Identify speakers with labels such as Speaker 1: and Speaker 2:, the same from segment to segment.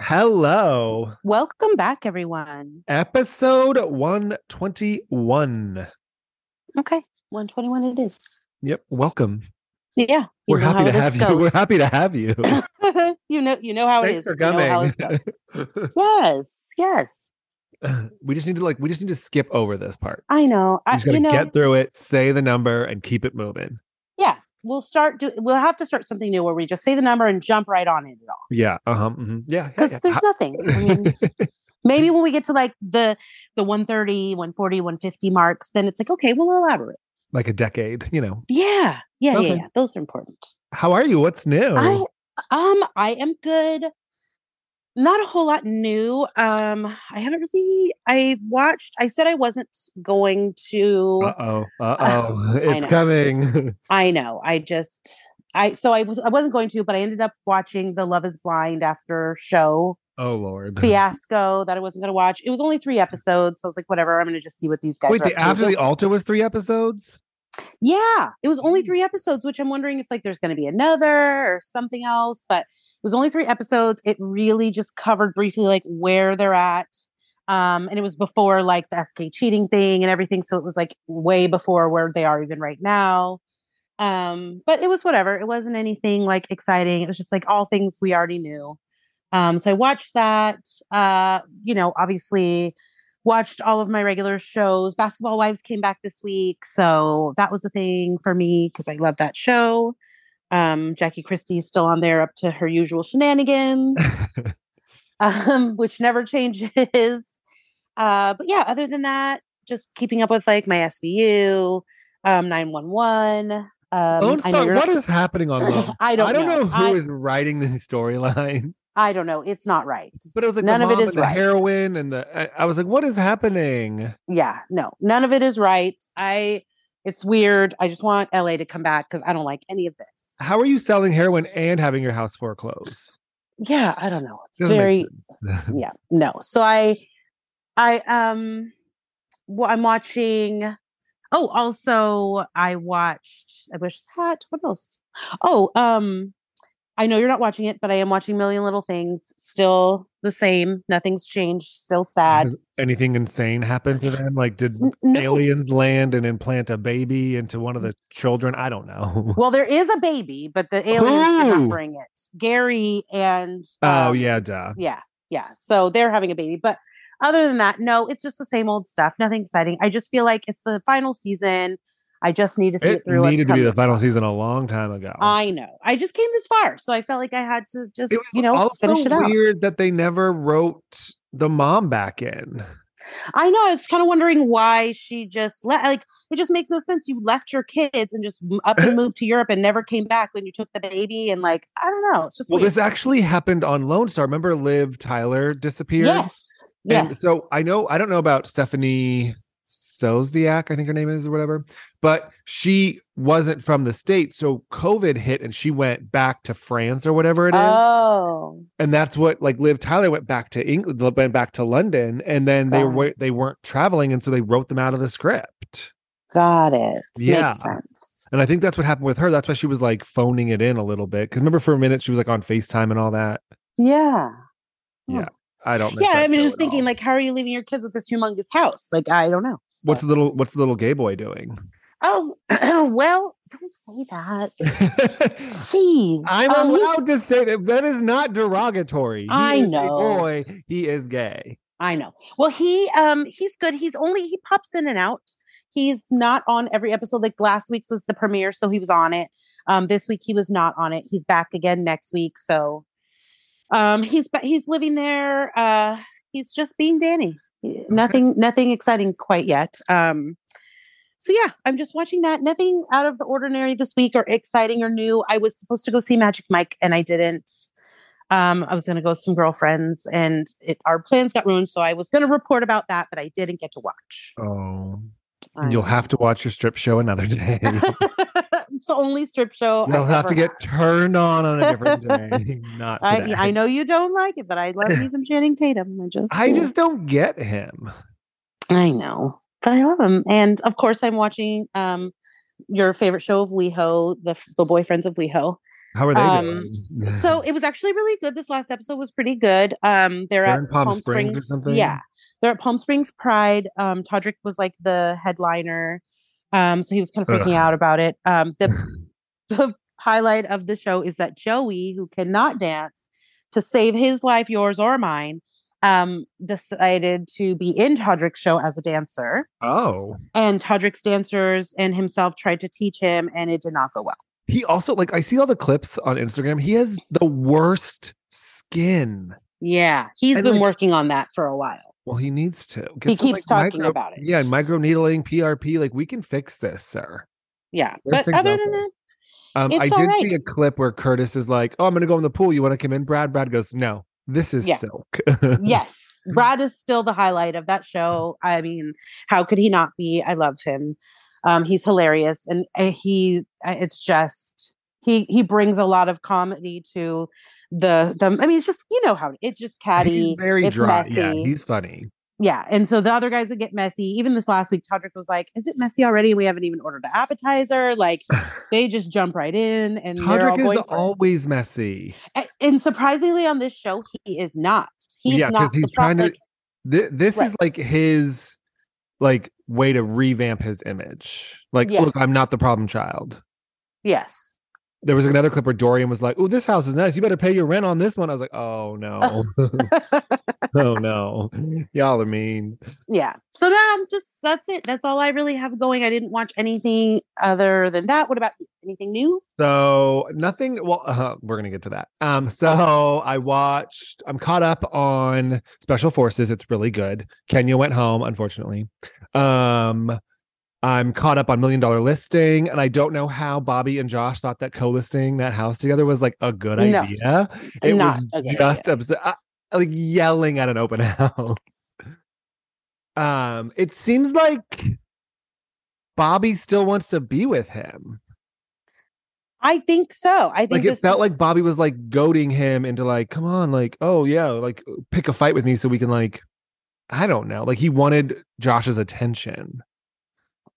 Speaker 1: Hello,
Speaker 2: Welcome back, everyone.
Speaker 1: episode 121.
Speaker 2: Okay. 121 it is.
Speaker 1: Yep, welcome.
Speaker 2: Yeah.
Speaker 1: We're happy to have you. We're happy to have you.
Speaker 2: happy. you know, you know how it
Speaker 1: Thanks
Speaker 2: is.
Speaker 1: for
Speaker 2: You know how
Speaker 1: coming.
Speaker 2: it goes. yes. Yes.
Speaker 1: we just need to like we just need to skip over this part.
Speaker 2: I know.
Speaker 1: We
Speaker 2: I,
Speaker 1: just gotta
Speaker 2: you know,
Speaker 1: get through it, say the number, and keep it moving.
Speaker 2: yeah. We'll start. Do, we'll have to start something new where we just say the number and jump right on it at all.
Speaker 1: Yeah. Uh-huh. mhm, Yeah. yeah,
Speaker 2: Because
Speaker 1: yeah.
Speaker 2: there's
Speaker 1: Ho-
Speaker 2: nothing. I mean, maybe when we get to like the the 130, 140, 150 marks, then it's like, okay, we'll elaborate.
Speaker 1: like a decade, you know.
Speaker 2: Yeah. Yeah. Yeah.
Speaker 1: Okay. Oh.
Speaker 2: Yeah. Those are important.
Speaker 1: How are you? What's new?
Speaker 2: I um I am good. Not a whole lot new. Um, I haven't really. I watched. I said I wasn't going to.
Speaker 1: Uh-oh. Uh-oh.
Speaker 2: know.
Speaker 1: it's coming.
Speaker 2: I know. I just I so I was I wasn't going to, but I ended up watching the Love is Blind after show
Speaker 1: oh Lord.
Speaker 2: fiasco that I wasn't gonna watch. It was only three episodes, so I was like, whatever, I'm gonna just see what these guys
Speaker 1: Wait,
Speaker 2: are
Speaker 1: the
Speaker 2: up to.
Speaker 1: after the altar was three episodes?
Speaker 2: Yeah. It was only three episodes, which I'm wondering if like there's gonna be another or something else, but it was only three episodes. It really just covered briefly like where they're at. Um, and it was before like the SK cheating thing and everything. So it was like way before where they are even right now. Um, but it was whatever. It wasn't anything like exciting. It was just like all things we already knew. Um, so I watched that. Uh, you know, obviously watched all of my regular shows. Basketball Wives came back this week, so that was a thing for me because I love that show. Um, Jackie Christie's still on there, up to her usual shenanigans, um, which never changes. Uh, but yeah, other than that, just keeping up with like my SVU, um, nine one one.
Speaker 1: Lone
Speaker 2: Um, I know
Speaker 1: Star,
Speaker 2: you're
Speaker 1: what
Speaker 2: not-
Speaker 1: is happening on Lone?
Speaker 2: I don't.
Speaker 1: I don't know, who
Speaker 2: I,
Speaker 1: is writing the storyline,
Speaker 2: I don't know. It's not right.
Speaker 1: but it was like
Speaker 2: None
Speaker 1: the
Speaker 2: of it
Speaker 1: mom
Speaker 2: is
Speaker 1: and the
Speaker 2: right.
Speaker 1: heroin and the. I, I was like, what is happening?
Speaker 2: yeah, no, none of it is right. I it's weird. I just want LA to come back because I don't like any of this.
Speaker 1: How are you selling heroin and having your house foreclosed?
Speaker 2: Yeah, I don't know. It's
Speaker 1: Doesn't
Speaker 2: very
Speaker 1: make sense.
Speaker 2: yeah, no. So I I um well, I'm watching oh also I watched I wish that what else? Oh, um I know you're not watching it, but I am watching Million Little Things. Still the same. Nothing's changed. Still sad.
Speaker 1: Has anything insane happened to them? Like, did
Speaker 2: N- no.
Speaker 1: aliens land and implant a baby into one of the children? I don't know. Oh,
Speaker 2: Well, there is a baby, but the aliens did not
Speaker 1: Who?
Speaker 2: bring it. Gary and
Speaker 1: oh
Speaker 2: um,
Speaker 1: yeah, duh.
Speaker 2: yeah, yeah. So they're having a baby, but other than that, no, it's just the same old stuff. Nothing exciting. I just feel like it's the final season. I just need to see it,
Speaker 1: It
Speaker 2: through. and
Speaker 1: needed to be
Speaker 2: come
Speaker 1: the
Speaker 2: this
Speaker 1: final
Speaker 2: far.
Speaker 1: season a long time ago.
Speaker 2: I know. I just came this far, so I felt like I had to just
Speaker 1: it was
Speaker 2: you know
Speaker 1: also
Speaker 2: finish it out.
Speaker 1: weird that they never wrote the mom back in.
Speaker 2: I know. I was kind of wondering why she just let. Like it just makes no sense. You left your kids and just m- up and moved to Europe and never came back when you took the baby. And like I don't know. It's just
Speaker 1: Well,
Speaker 2: weird.
Speaker 1: this actually happened on Lone Star. Remember, Liv Tyler disappeared.
Speaker 2: yes.
Speaker 1: And
Speaker 2: Yes.
Speaker 1: so I know I don't know about Stephanie Sozniak, I think her name is or whatever, but she wasn't from the state. So COVID hit and she went back to France or whatever it is.
Speaker 2: Oh.
Speaker 1: And that's what like Liv Tyler went back to England, went back to London, and then they
Speaker 2: Got
Speaker 1: were they weren't traveling, and so they wrote them out of the script.
Speaker 2: Got it.
Speaker 1: Yeah.
Speaker 2: Makes sense.
Speaker 1: And I think that's what happened with her. That's why she was like phoning it in a little bit. Cause remember for a minute she was like on FaceTime and all that.
Speaker 2: Yeah.
Speaker 1: I don't miss
Speaker 2: Yeah,
Speaker 1: that
Speaker 2: I mean,
Speaker 1: show
Speaker 2: just
Speaker 1: at
Speaker 2: thinking,
Speaker 1: all.
Speaker 2: like, how are you leaving your kids with this humongous house? Like, I don't know. So-
Speaker 1: what's the little what's the little gay boy doing?
Speaker 2: oh, well, don't say that. Jeez,
Speaker 1: I'm
Speaker 2: Um, he's-
Speaker 1: allowed to say that. That is not derogatory. He
Speaker 2: I
Speaker 1: is a
Speaker 2: know.
Speaker 1: boy, he is gay.
Speaker 2: I know. Well, he um he's good. He's only he pops in and out. He's not on every episode. Like last week's was the premiere, so he was on it. Um, this week he was not on it. He's back again next week. So, um, he's ba- he's living there. Uh, he's just being Danny. Nothing, nothing exciting quite yet. Um, so yeah, I'm just watching that. Nothing out of the ordinary this week or exciting or new. I was supposed to go see Magic Mike and I didn't. Um, I was going to go with some girlfriends, and it, our plans got ruined. So I was going to report about that, but I didn't get to watch.
Speaker 1: Oh. and you'll
Speaker 2: I-
Speaker 1: have to watch your strip show another day.
Speaker 2: it's the only strip show.
Speaker 1: You'll
Speaker 2: I've
Speaker 1: have to
Speaker 2: ever
Speaker 1: get turned on on a different day. Not
Speaker 2: had.
Speaker 1: today.
Speaker 2: I, I know you don't like it, but I love me some Channing Tatum. I just,
Speaker 1: I
Speaker 2: do.
Speaker 1: just don't get him.
Speaker 2: I know, but I love him. And of course, I'm watching um your favorite show of WeHo, the the boyfriends of WeHo.
Speaker 1: How are they
Speaker 2: Um,
Speaker 1: doing?
Speaker 2: so it was actually really good. This last episode was pretty good. Um, they're,
Speaker 1: They're
Speaker 2: at
Speaker 1: in Palm Springs or something?
Speaker 2: Yeah, they're at Palm Springs Pride. Um, Todrick was like the headliner, um, so he was kind of freaking
Speaker 1: Ugh.
Speaker 2: out about it. Um, the the highlight of the show is that Joey, who cannot dance, to save his life, yours or mine, um, decided to be in Todrick's show as a dancer,
Speaker 1: oh,
Speaker 2: and Todrick's dancers and himself tried to teach him, and it did not go well.
Speaker 1: he also like I see all the clips on Instagram. He has the worst skin.
Speaker 2: Yeah, he's
Speaker 1: And,
Speaker 2: been
Speaker 1: like-
Speaker 2: working on that for a while.
Speaker 1: Well, he needs to. Get
Speaker 2: He
Speaker 1: some,
Speaker 2: keeps talking
Speaker 1: micro-
Speaker 2: about it.
Speaker 1: Yeah, and microneedling, PRP. Like we can fix this, sir.
Speaker 2: Yeah.
Speaker 1: There's
Speaker 2: but
Speaker 1: things
Speaker 2: other
Speaker 1: out
Speaker 2: than
Speaker 1: there.
Speaker 2: that,
Speaker 1: Um,
Speaker 2: It's
Speaker 1: I
Speaker 2: all
Speaker 1: did
Speaker 2: right.
Speaker 1: see a clip where Curtis is like, "Oh, I'm gonna go in the pool. You want to come in?" Brad. Brad goes, "No, this is
Speaker 2: Yeah.
Speaker 1: silk."
Speaker 2: yes, Brad is still the highlight of that show. I mean, how could he not be? I love him. Um, he's hilarious, and uh, he uh, it's just he he brings a lot of comedy to the the. I mean, it's just you know how it's just catty,
Speaker 1: he's very
Speaker 2: it's
Speaker 1: dry.
Speaker 2: messy.
Speaker 1: Yeah, he's funny.
Speaker 2: yeah, and so the other guys that get messy. Even this last week, Todrick was like, "Is it messy already? We haven't even ordered an appetizer." Like they just jump right in, and they're
Speaker 1: Todrick
Speaker 2: all going
Speaker 1: is
Speaker 2: for it.
Speaker 1: always messy.
Speaker 2: A- and surprisingly on this show he is not he's
Speaker 1: Yeah, 'cause
Speaker 2: not
Speaker 1: he's
Speaker 2: the pro-
Speaker 1: trying to-
Speaker 2: like,
Speaker 1: Th- this
Speaker 2: Right.
Speaker 1: is like his like way to revamp his image. Like,
Speaker 2: Yeah.
Speaker 1: look, I'm not the problem child.
Speaker 2: yes
Speaker 1: There was another clip where Dorian was like, "Oh, this house is nice. You better pay your rent on this one." I was like, "Oh no, oh no, y'all are mean."
Speaker 2: yeah so now i'm just that's it that's all i really have going i didn't watch anything other than that what about you? anything new
Speaker 1: So nothing. Well, uh, we're gonna get to that. Um, so I watched. I'm caught up on Special Forces. It's really good. Kenya went home, unfortunately. Um, I'm caught up on Million Dollar Listing, and I don't know how Bobby and Josh thought that co-listing that house together was like a good
Speaker 2: No.
Speaker 1: idea. It
Speaker 2: Not
Speaker 1: was
Speaker 2: a good
Speaker 1: just
Speaker 2: idea.
Speaker 1: upset. Like yelling at an open house. Um, it seems like Bobby still wants to be with him
Speaker 2: i think so i think
Speaker 1: like it
Speaker 2: this
Speaker 1: felt like
Speaker 2: is-
Speaker 1: Bobby was like goading him into like, come on, like, oh yeah, like pick a fight with me so we can like, I don't know, like he wanted Josh's attention.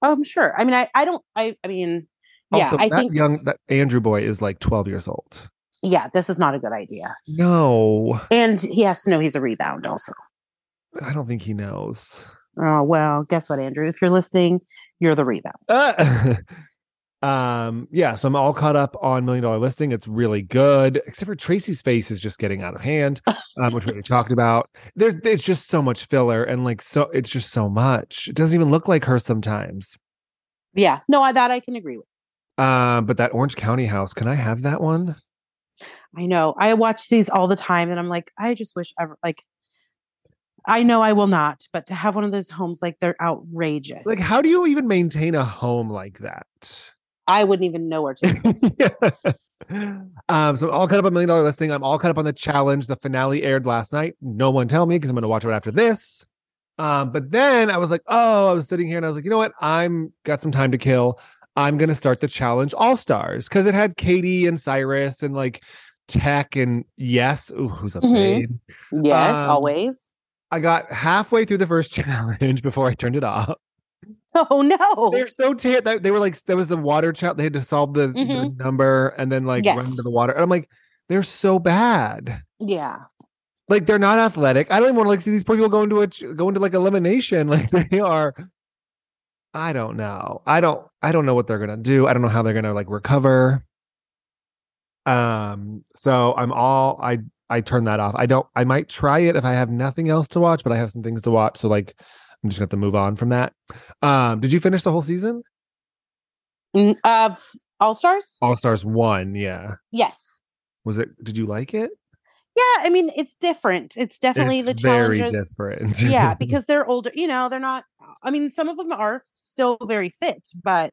Speaker 2: oh, i'm sure i mean i i don't i i mean yeah
Speaker 1: also,
Speaker 2: i
Speaker 1: that
Speaker 2: think
Speaker 1: young that Andrew boy is like twelve years old.
Speaker 2: yeah this is not a good idea
Speaker 1: No,
Speaker 2: and he has to know he's a rebound also
Speaker 1: I don't think he knows.
Speaker 2: oh well guess what andrew if you're listening you're the rebound
Speaker 1: Uh, um, yeah, so I'm all caught up on Million Dollar Listing. It's really good, except for Tracy's face is just getting out of hand, um, which we already talked about. There, it's just so much filler and like so, it's just so much. It doesn't even look like her sometimes.
Speaker 2: yeah no i that i can agree with
Speaker 1: Uh, but that Orange County house, can I have that one?
Speaker 2: I know. I watch these all the time and I'm like, I just wish ever like I know I will not, but to have one of those homes like they're outrageous.
Speaker 1: Like, how do you even maintain a home like that?
Speaker 2: I wouldn't even know where to begin.
Speaker 1: um, so I'm all cut up on million dollar listing. I'm all cut up on the challenge. The finale aired last night. No one tell me because I'm gonna watch it after this. Um, but then I was like, oh, I was sitting here and I was like, you know what? I'm got some time to kill. I'm gonna start the challenge all stars because it had Katie and Cyrus and like Tech and yes, ooh, who's up
Speaker 2: Mhm.
Speaker 1: babe?
Speaker 2: Yes,
Speaker 1: Um,
Speaker 2: always.
Speaker 1: I got halfway through the first challenge before I turned it off.
Speaker 2: Oh no.
Speaker 1: They're so tan. They, they were like, there was the water challenge. They had to solve the, the
Speaker 2: Mhm.
Speaker 1: number and then like run
Speaker 2: Yes.
Speaker 1: into the water. And I'm like, they're so bad.
Speaker 2: Yeah.
Speaker 1: Like they're not athletic. I don't even want to like see these poor people go into a ch- go into like elimination. Like they are. I don't know. I don't. I don't know what they're gonna do. I don't know how they're gonna like recover. Um. So I'm all I. I turn that off. I don't. I might try it if I have nothing else to watch, but I have some things to watch. So like, I'm just gonna have to move on from that. Um. Did you finish the whole season?
Speaker 2: Mm, Uh f- All Stars?
Speaker 1: All Stars one, yeah.
Speaker 2: Yes.
Speaker 1: Was it? Did you like it?
Speaker 2: Yeah, I mean it's different. It's definitely
Speaker 1: it's
Speaker 2: the
Speaker 1: very
Speaker 2: challengers.
Speaker 1: different.
Speaker 2: yeah, because they're older, you know, they're not I mean some of them are still very fit, but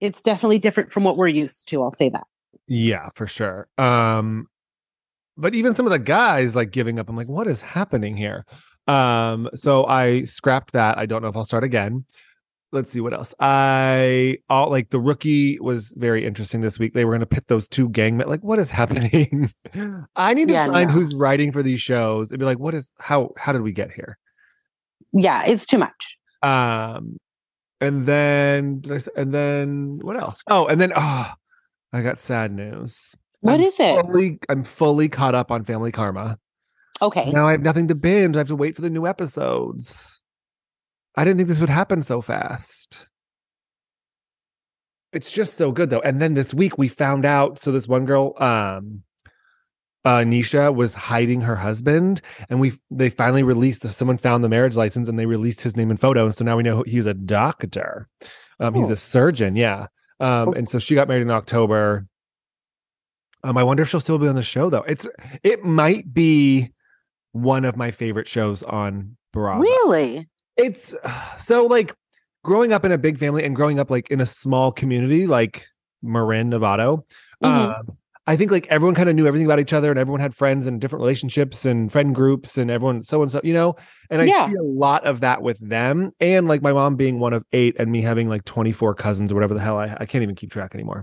Speaker 2: it's definitely different from what we're used to. I'll say that.
Speaker 1: yeah, for sure. Um, but even some of the guys like giving up. I'm like, what is happening here? Um, so I scrapped that. I don't know if I'll start again. let's see what else. I all like the rookie was very interesting this week. They were going to pit those two gang men. Like, what is happening? I need to
Speaker 2: Yeah,
Speaker 1: find
Speaker 2: no.
Speaker 1: who's writing for these shows and be like, what is how how did we get here?
Speaker 2: Yeah, it's too much.
Speaker 1: Um, and then did I s- and then what else? Oh, and then oh, I got sad news.
Speaker 2: What
Speaker 1: I'm
Speaker 2: is it?
Speaker 1: Fully, I'm fully caught up on Family Karma.
Speaker 2: Okay.
Speaker 1: Now I have nothing to binge. I have to wait for the new episodes. I didn't think this would happen so fast. It's just so good though. And then this week we found out. So this one girl, um, uh, Nisha was hiding her husband, and we they finally released. Someone found the marriage license, and they released his name and photo. And so now we know he's a doctor. Um, he's
Speaker 2: Oh.
Speaker 1: a surgeon. Yeah. Um, and so she got married in October. Um, I wonder if she'll still be on the show though. It's it might be one of my favorite shows on Bravo.
Speaker 2: Really?
Speaker 1: It's so like growing up in a big family and growing up like in a small community like Marin, Novato.
Speaker 2: Mhm.
Speaker 1: Um, I think like everyone kind of knew everything about each other and everyone had friends and different relationships and friend groups and everyone so and so, you know. And I
Speaker 2: Yeah.
Speaker 1: see a lot of that with them and like my mom being one of eight and me having like 24 cousins or whatever the hell I, I can't even keep track anymore.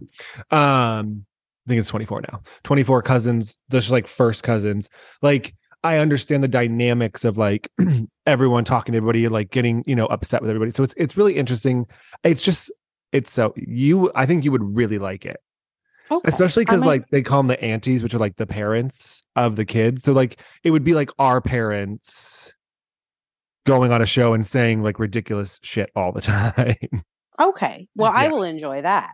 Speaker 1: Um, I think it's 24 now. 24 cousins, just like first cousins. Like I understand the dynamics of like everyone talking to everybody, like getting, you know, upset with everybody. So it's it's really interesting. It's just it's so you I think you would really like it
Speaker 2: Okay.
Speaker 1: especially
Speaker 2: I
Speaker 1: because
Speaker 2: might-
Speaker 1: like they call them the aunties which are like the parents of the kids so like it would be like our parents going on a show and saying like ridiculous shit all the time
Speaker 2: Okay. Well, I
Speaker 1: Yeah.
Speaker 2: will enjoy that.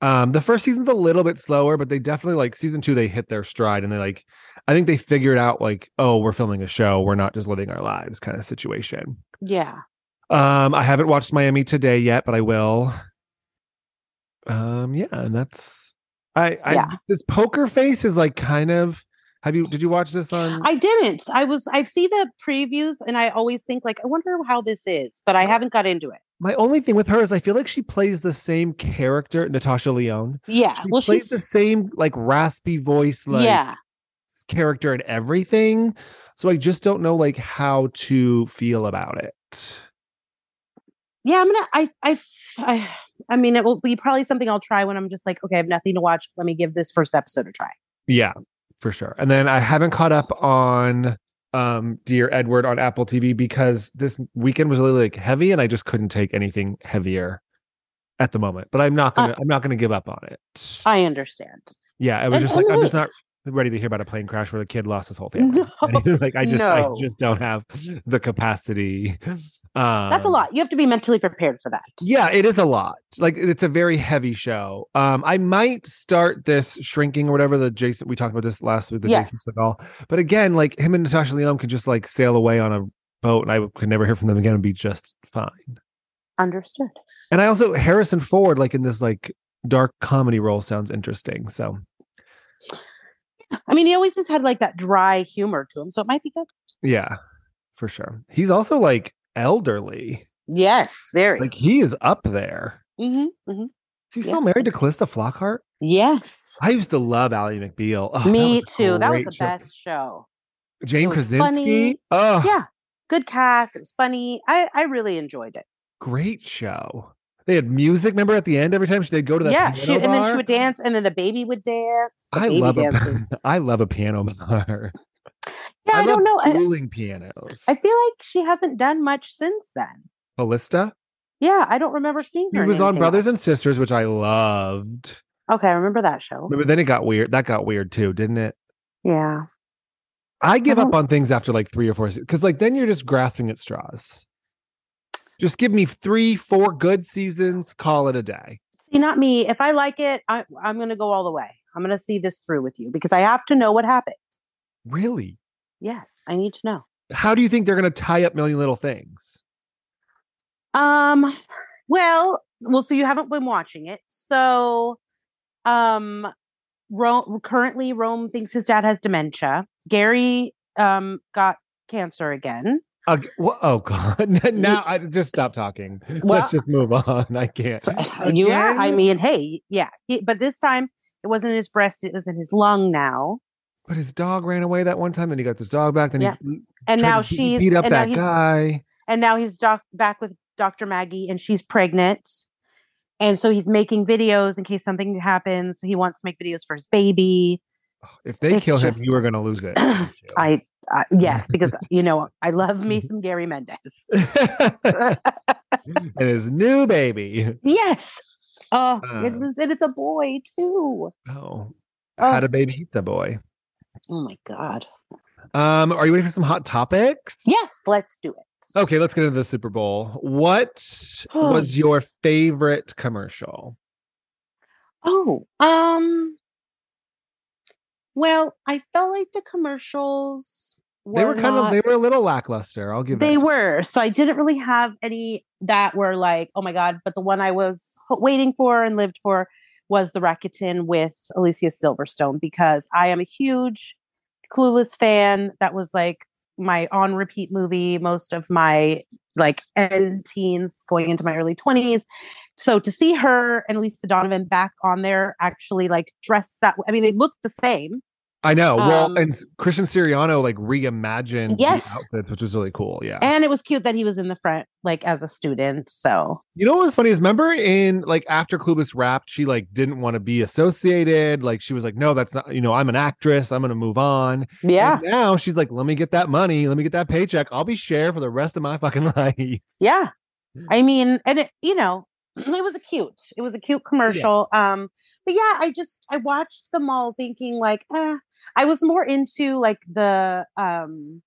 Speaker 1: um the first season's a little bit slower but they definitely like season two they hit their stride and they like i think they figured out like oh we're filming a show we're not just living our lives kind of situation
Speaker 2: Yeah.
Speaker 1: um i haven't watched miami today yet but i will um yeah and that's i i
Speaker 2: Yeah.
Speaker 1: this poker face is like kind of have you did you watch this on
Speaker 2: I didn't. I was I see the previews and I always think like I wonder how this is, but I haven't got into it.
Speaker 1: my only thing with her is i feel like she plays the same character natasha leone
Speaker 2: Yeah.
Speaker 1: she
Speaker 2: Uh, well,
Speaker 1: plays
Speaker 2: she's
Speaker 1: the same like raspy voice like
Speaker 2: yeah.
Speaker 1: s- character and everything so i just don't know like how to feel about it
Speaker 2: Yeah, I'm gonna. I, I, f- I, I mean, it will be probably something I'll try when I'm just like, okay, I have nothing to watch. Let me give this first episode a try.
Speaker 1: Yeah, for sure. And then I haven't caught up on um Dear Edward on Apple TV because this weekend was really like heavy and I just couldn't take anything heavier at the moment. But I'm
Speaker 2: Uh
Speaker 1: not gonna I'm not gonna give up on it.
Speaker 2: I understand.
Speaker 1: yeah, I was
Speaker 2: Uh, and-
Speaker 1: just like
Speaker 2: and
Speaker 1: I'm just
Speaker 2: look-
Speaker 1: not ready to hear about a plane crash where the kid lost his whole family. like I just
Speaker 2: no.
Speaker 1: I just don't have the capacity. Um
Speaker 2: That's a lot. You have to be mentally prepared for that.
Speaker 1: yeah, it is a lot. Like it's a very heavy show. Um, I might start this shrinking or whatever the Jason we talked about this last week, the
Speaker 2: Yes.
Speaker 1: Jason Segal. But again, like him and Natasha Leon could just like sail away on a boat, and I could never hear from them again and be just fine.
Speaker 2: Understood.
Speaker 1: And I also Harrison Ford, like in this like dark comedy role, sounds interesting. So
Speaker 2: I mean, he always has had like that dry humor to him, so it might be good.
Speaker 1: yeah, for sure. He's also like elderly.
Speaker 2: Yes, very.
Speaker 1: Like he is up there.
Speaker 2: hmm hmm
Speaker 1: Is he
Speaker 2: Yeah.
Speaker 1: still married to Calista Flockhart?
Speaker 2: Yes.
Speaker 1: I used to love Ally McBeal. Oh, that
Speaker 2: Me
Speaker 1: was a
Speaker 2: too. That was
Speaker 1: great
Speaker 2: the
Speaker 1: show.
Speaker 2: best show.
Speaker 1: Jane
Speaker 2: It was
Speaker 1: Krasinski.
Speaker 2: funny.
Speaker 1: Oh,
Speaker 2: Yeah. Good cast. It was funny. I, I really enjoyed it.
Speaker 1: great show. They had music. Remember at the end, every time they'd go to that.
Speaker 2: yeah.
Speaker 1: piano
Speaker 2: She, and then she
Speaker 1: bar?
Speaker 2: would dance, and then the baby would dance. The
Speaker 1: I
Speaker 2: baby
Speaker 1: love
Speaker 2: dancing.
Speaker 1: a, I love a piano bar.
Speaker 2: Yeah, I,
Speaker 1: love
Speaker 2: don't know. I-
Speaker 1: Dueling pianos.
Speaker 2: I feel like she hasn't done much since then.
Speaker 1: Callista.
Speaker 2: Yeah, I don't remember seeing
Speaker 1: He
Speaker 2: her. in
Speaker 1: was on
Speaker 2: anything
Speaker 1: Brothers and
Speaker 2: else.
Speaker 1: Sisters, which I loved.
Speaker 2: Okay, I remember that show.
Speaker 1: But then it got weird. That got weird too, didn't it?
Speaker 2: Yeah.
Speaker 1: I give up
Speaker 2: don't-
Speaker 1: on things after like three or four because like then you're just grasping at straws. Just give me three, four good seasons. Call it a day.
Speaker 2: See, not me. If I like it, I, I'm going to go all the way. I'm going to see this through with you because I have to know what happened.
Speaker 1: Really?
Speaker 2: Yes, I need to know.
Speaker 1: How do you think they're going to tie up Million Little Things?
Speaker 2: Um, well, well, so you haven't been watching it. So, um, Rome currently Rome thinks his dad has dementia. Gary um got cancer again.
Speaker 1: Ag- wha- oh God! now I just stop talking.
Speaker 2: Well-
Speaker 1: Let's just move on. I can't.
Speaker 2: So, you, yeah, I
Speaker 1: Again?
Speaker 2: mean, hey, yeah, he, but this time it wasn't in his breast; it was in his lung now.
Speaker 1: But his dog ran away that one time, and he got this dog back. Then
Speaker 2: Yeah.
Speaker 1: he
Speaker 2: And
Speaker 1: tried
Speaker 2: now
Speaker 1: to beat-
Speaker 2: she's
Speaker 1: beat up
Speaker 2: and now
Speaker 1: that
Speaker 2: he's
Speaker 1: guy.
Speaker 2: and now he's doc, back with Dr. Maggie and she's pregnant. And so he's making videos in case something happens. He wants to make videos for his baby.
Speaker 1: If they
Speaker 2: It's
Speaker 1: kill him,
Speaker 2: just-
Speaker 1: you are going to lose it.
Speaker 2: I, I yes, because you know I love me some Gary Mendez.
Speaker 1: and his new baby.
Speaker 2: Yes. Oh, it
Speaker 1: Uh.
Speaker 2: was, and it's a boy too.
Speaker 1: Oh,
Speaker 2: Oh.
Speaker 1: had a baby eats a boy.
Speaker 2: Oh my god.
Speaker 1: Um, are you ready for some hot topics?
Speaker 2: Yes, let's do it.
Speaker 1: Okay, let's get into the Super Bowl. What was your favorite commercial?
Speaker 2: Oh, um. Well, I felt like the commercials were
Speaker 1: they were kind
Speaker 2: not-
Speaker 1: of they were a little lackluster. I'll give
Speaker 2: they
Speaker 1: it.
Speaker 2: were so i didn't really have any that were like oh my god but the one i was h- waiting for and lived for was the Rakuten with alicia silverstone because i am a huge clueless fan that was like my on repeat movie most of my like end teens going into my early 20s so to see her and lisa donovan back on there actually like dressed that i mean they looked the same
Speaker 1: I know.
Speaker 2: um,
Speaker 1: well, and s- Christian Siriano like reimagined the
Speaker 2: Yes.
Speaker 1: outfits, which was really cool. Yeah.
Speaker 2: and it was cute that he was in the front like as a student so
Speaker 1: You know what was funny is remember in like after Clueless wrapped, she like didn't want to be associated. Like she was like, no, that's not. You know, I'm an actress. I'm gonna move on.
Speaker 2: yeah
Speaker 1: And now she's like, let me get that money. Let me get that paycheck. I'll be share for the rest of my fucking life.
Speaker 2: Yeah. I mean, and it, you know, it was a cute, it was a cute commercial. Um, but yeah, I just I watched them all thinking like, eh. I was more into like the um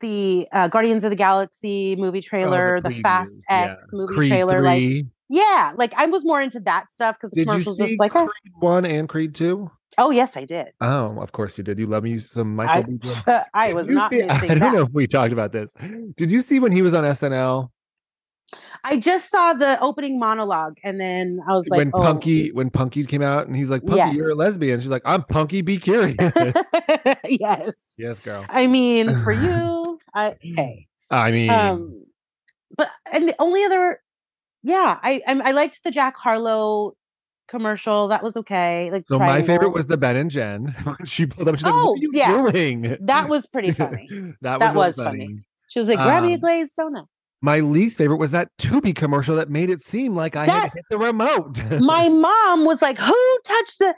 Speaker 2: the uh, Guardians of the Galaxy movie trailer, the,
Speaker 1: Oh, previews,
Speaker 2: Fast
Speaker 1: yeah.
Speaker 2: X movie
Speaker 1: Creed
Speaker 2: trailer, like
Speaker 1: three.
Speaker 2: yeah, like I was more into that stuff because the
Speaker 1: Did you
Speaker 2: commercials
Speaker 1: see
Speaker 2: just like, eh.
Speaker 1: Creed one and Creed two?
Speaker 2: oh yes, I did.
Speaker 1: Oh, of course you did. You love me some Michael.
Speaker 2: I,
Speaker 1: B. Jordan.
Speaker 2: I
Speaker 1: Did
Speaker 2: was
Speaker 1: you
Speaker 2: not
Speaker 1: see- I
Speaker 2: missing
Speaker 1: don't
Speaker 2: that.
Speaker 1: know if we talked about this. Did you see when he was on SNL
Speaker 2: I just saw the opening monologue, and then I was like,
Speaker 1: when
Speaker 2: oh.
Speaker 1: Punky when Punky came out and he's like, "Punky,
Speaker 2: Yes.
Speaker 1: you're a lesbian." She's like, "I'm Punky. Be curious."
Speaker 2: yes.
Speaker 1: yes, girl.
Speaker 2: I mean, for
Speaker 1: Uh-huh.
Speaker 2: you, I hey.
Speaker 1: I mean,
Speaker 2: Um, but and the only other, yeah, I I, I liked the Jack Harlow commercial. That was okay. Like
Speaker 1: so my favorite
Speaker 2: triangle.
Speaker 1: was the Ben and Jen. she pulled up. She's like,
Speaker 2: Oh,
Speaker 1: "What are you
Speaker 2: yeah.
Speaker 1: doing?"
Speaker 2: that was pretty funny.
Speaker 1: that,
Speaker 2: That
Speaker 1: really
Speaker 2: was funny. She was like, "Grab me a
Speaker 1: Um,
Speaker 2: glazed donut."
Speaker 1: My least favorite was that Tubi commercial that made it seem like I
Speaker 2: That-
Speaker 1: had hit the remote.
Speaker 2: My mom was like, "Who touched the?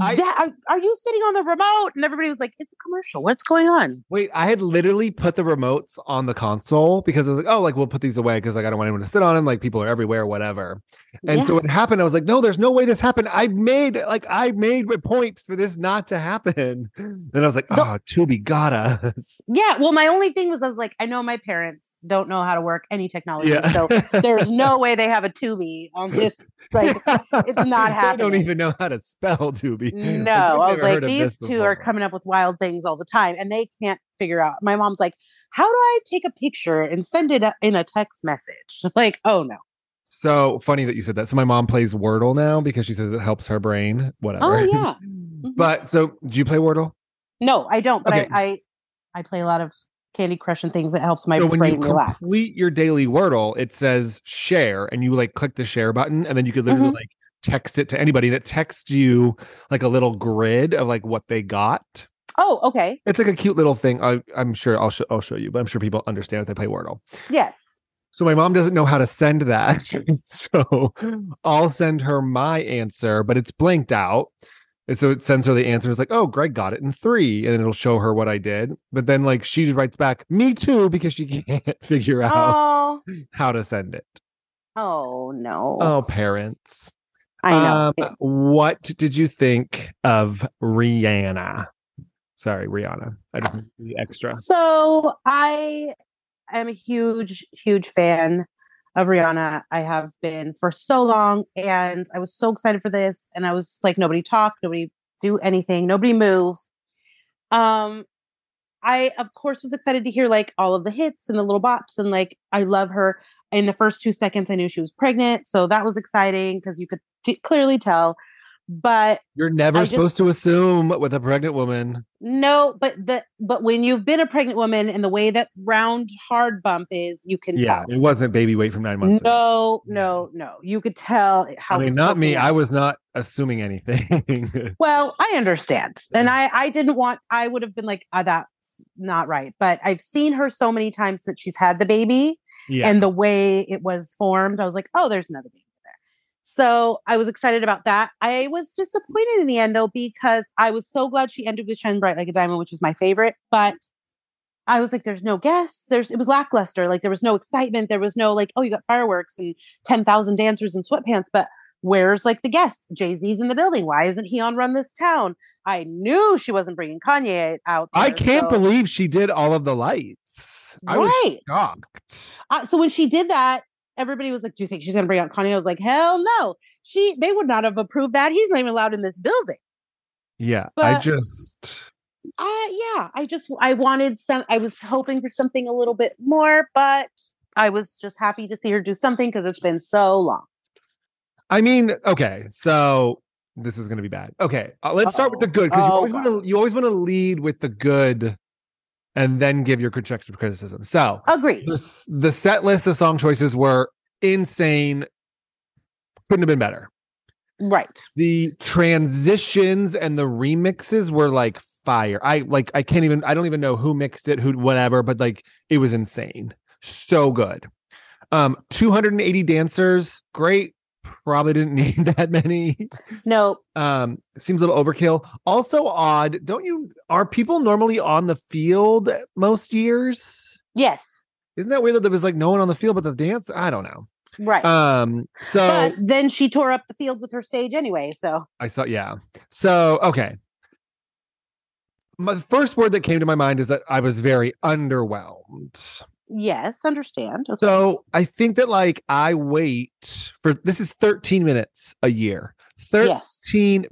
Speaker 1: I-
Speaker 2: da- are, are you sitting on the remote?" And everybody was like, "It's a commercial. What's going on?"
Speaker 1: Wait, I had literally put the remotes on the console because I was like, oh, like we'll put these away because like I don't want anyone to sit on them. Like people are everywhere, whatever. And
Speaker 2: Yeah.
Speaker 1: so it happened. I was like, no, there's no way this happened. I made like I made a point for this not to happen. Then I was like,
Speaker 2: The-
Speaker 1: oh, Tubi got us.
Speaker 2: yeah. Well, my only thing was I was like, I know my parents don't know how to work any technology,
Speaker 1: Yeah.
Speaker 2: Oh, so there's no way they have a Tubi on this. Like, it's not
Speaker 1: I don't
Speaker 2: happening.
Speaker 1: even know how to spell Tubi. Like, I've
Speaker 2: no, I was
Speaker 1: never heard
Speaker 2: like,
Speaker 1: of this
Speaker 2: these two are
Speaker 1: before.
Speaker 2: coming up with wild things all the time, and they can't figure out. My mom's like, how do I take a picture and send it a- in a text message? Like, oh no.
Speaker 1: So funny that you said that. So my mom plays Wordle now because she says it helps her brain. Whatever.
Speaker 2: Oh yeah. Mhm.
Speaker 1: But so do you play Wordle?
Speaker 2: no, I don't. But
Speaker 1: Okay.
Speaker 2: I, I I play a lot of Candy Crush and things that helps my
Speaker 1: so when
Speaker 2: brain
Speaker 1: you
Speaker 2: relax.
Speaker 1: complete your daily Wordle, it says share, and you like click the share button, and then you could literally
Speaker 2: Mhm.
Speaker 1: like text it to anybody, and it texts you like a little grid of like what they got.
Speaker 2: oh, okay.
Speaker 1: It's like a cute little thing. I, I'm sure I'll show I'll show you, but I'm sure people understand if they play Wordle.
Speaker 2: Yes.
Speaker 1: So my mom doesn't know how to send that, so
Speaker 2: Mm.
Speaker 1: I'll send her my answer, but it's blanked out. And so it sends her the answer. It's like, oh, Greg got it in three, and then it'll show her what I did. But then, like, she just writes back, "Me too," because she can't figure out
Speaker 2: Oh.
Speaker 1: how to send it.
Speaker 2: Oh no.
Speaker 1: Oh, parents.
Speaker 2: I know.
Speaker 1: Um, what did you think of Rihanna? Sorry, Rihanna. I
Speaker 2: Ah,
Speaker 1: just wanted to be extra.
Speaker 2: So I am a huge, huge fan of Rihanna. I have been for so long, and I was so excited for this. And I was just like, nobody talk, nobody do anything, nobody move. Um, I of course was excited to hear like all of the hits and the little bops, and like I love her. In the first two seconds, I knew she was pregnant, so that was exciting because you could t- clearly tell. But
Speaker 1: You're never
Speaker 2: I just-
Speaker 1: supposed to assume with a pregnant woman.
Speaker 2: No, but the but when you've been a pregnant woman and the way that round hard bump is, you can
Speaker 1: Yeah, it wasn't baby weight from nine
Speaker 2: tell.
Speaker 1: months. ago.
Speaker 2: No, no, no. You could tell it- how.
Speaker 1: I
Speaker 2: it
Speaker 1: mean,
Speaker 2: was
Speaker 1: not me.
Speaker 2: poking
Speaker 1: I
Speaker 2: out.
Speaker 1: was not assuming anything.
Speaker 2: Well, I understand, and I I didn't want. I would have been like, ah, that's not right. But I've seen her so many times since she's had the baby
Speaker 1: Yeah.
Speaker 2: and the way it was formed, I was like, oh, there's another baby there. So I was excited about that. I was disappointed in the end though, because I was so glad she ended with Shine Bright Like a Diamond, which is my favorite. But I was like, there's no guests. There's it was lackluster. Like there was no excitement. There was no like, oh, you got fireworks and 10,000 dancers in sweatpants. But where's like the guest? Jay Z's in the building. Why isn't he on Run This Town? I knew she wasn't bringing Kanye out.
Speaker 1: I
Speaker 2: there,
Speaker 1: can't
Speaker 2: so-
Speaker 1: believe she did all of the lights. I was
Speaker 2: Right.
Speaker 1: shocked.
Speaker 2: Uh, so when she did that, everybody was like, "Do you think she's going to bring out Kanye?" I was like, "Hell no! She they would not have approved that. He's not even allowed in this building."
Speaker 1: Yeah, I
Speaker 2: But-
Speaker 1: just
Speaker 2: Uh, yeah, I just I wanted some. I was hoping for something a little bit more, but I was just happy to see her do something because it's been so long.
Speaker 1: I mean, okay, so this is gonna be bad. Okay, uh, let's start with the
Speaker 2: Uh-oh.
Speaker 1: good because you
Speaker 2: Oh,
Speaker 1: always want to you always want to lead with the good, and then give your constructive criticism. So
Speaker 2: Agreed.
Speaker 1: the s- the set list, the song choices were insane. Couldn't have been better.
Speaker 2: Right.
Speaker 1: The transitions and the remixes were like fire. I like I can't even I don't even know who mixed it, who whatever, but like it was insane. So good. Um 280 dancers, great. Probably didn't need that many.
Speaker 2: No.
Speaker 1: Um seems a little overkill. Also odd, don't you are people normally on the field most years?
Speaker 2: Yes.
Speaker 1: Isn't that weird that there was like no one on the field but the dance? I don't know.
Speaker 2: Right.
Speaker 1: Um so
Speaker 2: but then she tore up the field with her stage anyway. So
Speaker 1: I saw, yeah. So, okay. My the first word that came to my mind is that I was very underwhelmed.
Speaker 2: yes, understand. Okay.
Speaker 1: So, I think that like I wait for this is 13 minutes a year. 13
Speaker 2: yes.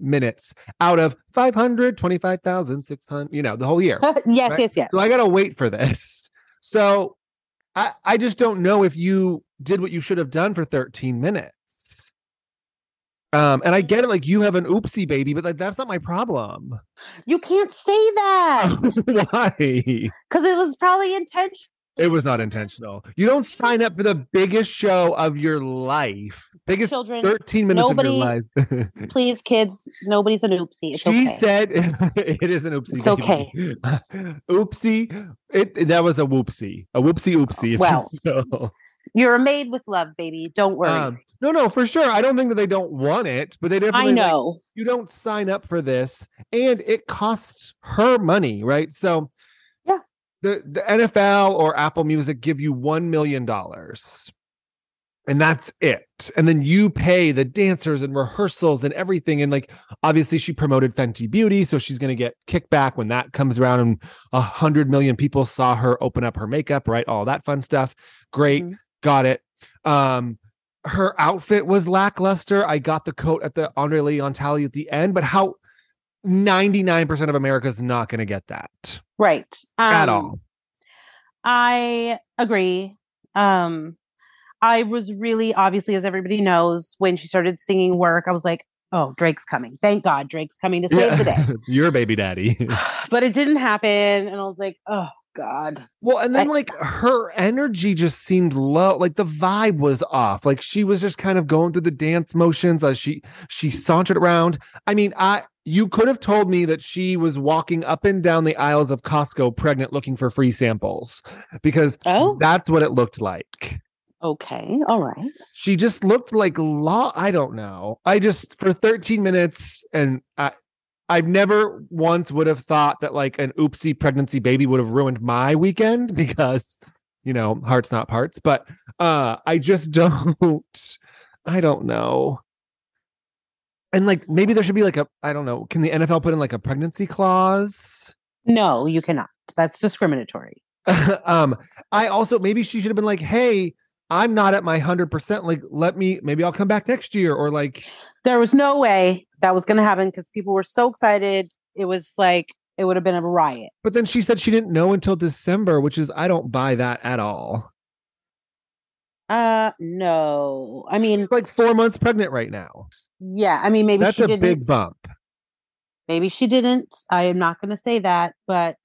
Speaker 1: minutes out of 525,600, you know, the whole year.
Speaker 2: yes.
Speaker 1: right?
Speaker 2: Yes. Yes.
Speaker 1: So, I got to wait for this. So, I I just don't know if you did what you should have done for 13 minutes. Um, and I get it, like you have an oopsie baby, but like that's not my problem.
Speaker 2: You can't say that
Speaker 1: Why? It
Speaker 2: because it was probably intentional.
Speaker 1: was not intentional. You don't sign up for the biggest show of your life. Biggest
Speaker 2: Children,
Speaker 1: 13 minutes
Speaker 2: nobody-
Speaker 1: of your life.
Speaker 2: please, kids, nobody's an oopsie. It's
Speaker 1: she
Speaker 2: okay.
Speaker 1: said it is an oopsie.
Speaker 2: It's
Speaker 1: baby. oopsie. It that was a whoopsie. A whoopsie oopsie. if you
Speaker 2: Well,
Speaker 1: will.
Speaker 2: You're made with love, baby. Don't worry.
Speaker 1: Um, no, no, for sure. I don't think that they don't want it, but they definitely
Speaker 2: I
Speaker 1: like,
Speaker 2: know.
Speaker 1: you don't sign up for this and it costs her money right so
Speaker 2: Yeah.
Speaker 1: the, the nfl or apple music give you one million dollars and that's it and then you pay the dancers and rehearsals and everything and like obviously she promoted fenty beauty so she's going to get kickback when that comes around and a hundred million people saw her open up her makeup right all that fun stuff great
Speaker 2: Mhm.
Speaker 1: got it um her outfit was lackluster. I got the coat at the Andre Leon tally at the end, but how 99% of America is not going to get that
Speaker 2: right. Um,
Speaker 1: at all.
Speaker 2: I agree. Um, I was really, obviously, as everybody knows, when she started singing work, I was like, oh, Drake's coming. Thank God Drake's coming to save the day.
Speaker 1: You're a baby daddy.
Speaker 2: But it didn't happen. And I was like, oh, God.
Speaker 1: Well, and then
Speaker 2: I-
Speaker 1: like her energy just seemed low. Like the vibe was off. Like she was just kind of going through the dance motions as she she sauntered around. I mean, I you could have told me that she was walking up and down the aisles of Costco pregnant looking for free samples because
Speaker 2: Oh.
Speaker 1: that's what it looked like.
Speaker 2: Okay. All right.
Speaker 1: she just looked like law i don't know i just for 13 minutes and i i've never once would have thought that like an oopsie pregnancy baby would have ruined my weekend because you know hearts not parts but uh i just don't i don't know and like maybe there should be like a i don't know can the nfl put in like a pregnancy clause
Speaker 2: No, you cannot. That's discriminatory.
Speaker 1: um i also maybe she should have been like hey i'm not at my 100% like let me maybe i'll come back next year or like
Speaker 2: There was no way that was going to happen because people were so excited. It was like, it would have been a riot.
Speaker 1: but then she said she didn't know until december which is i don't buy that at all
Speaker 2: Uh, no. I mean,
Speaker 1: she's like four months pregnant right now
Speaker 2: yeah. I mean, maybe
Speaker 1: that's
Speaker 2: she
Speaker 1: a
Speaker 2: didn't.
Speaker 1: big bump
Speaker 2: Maybe she didn't. I am not going to say that, but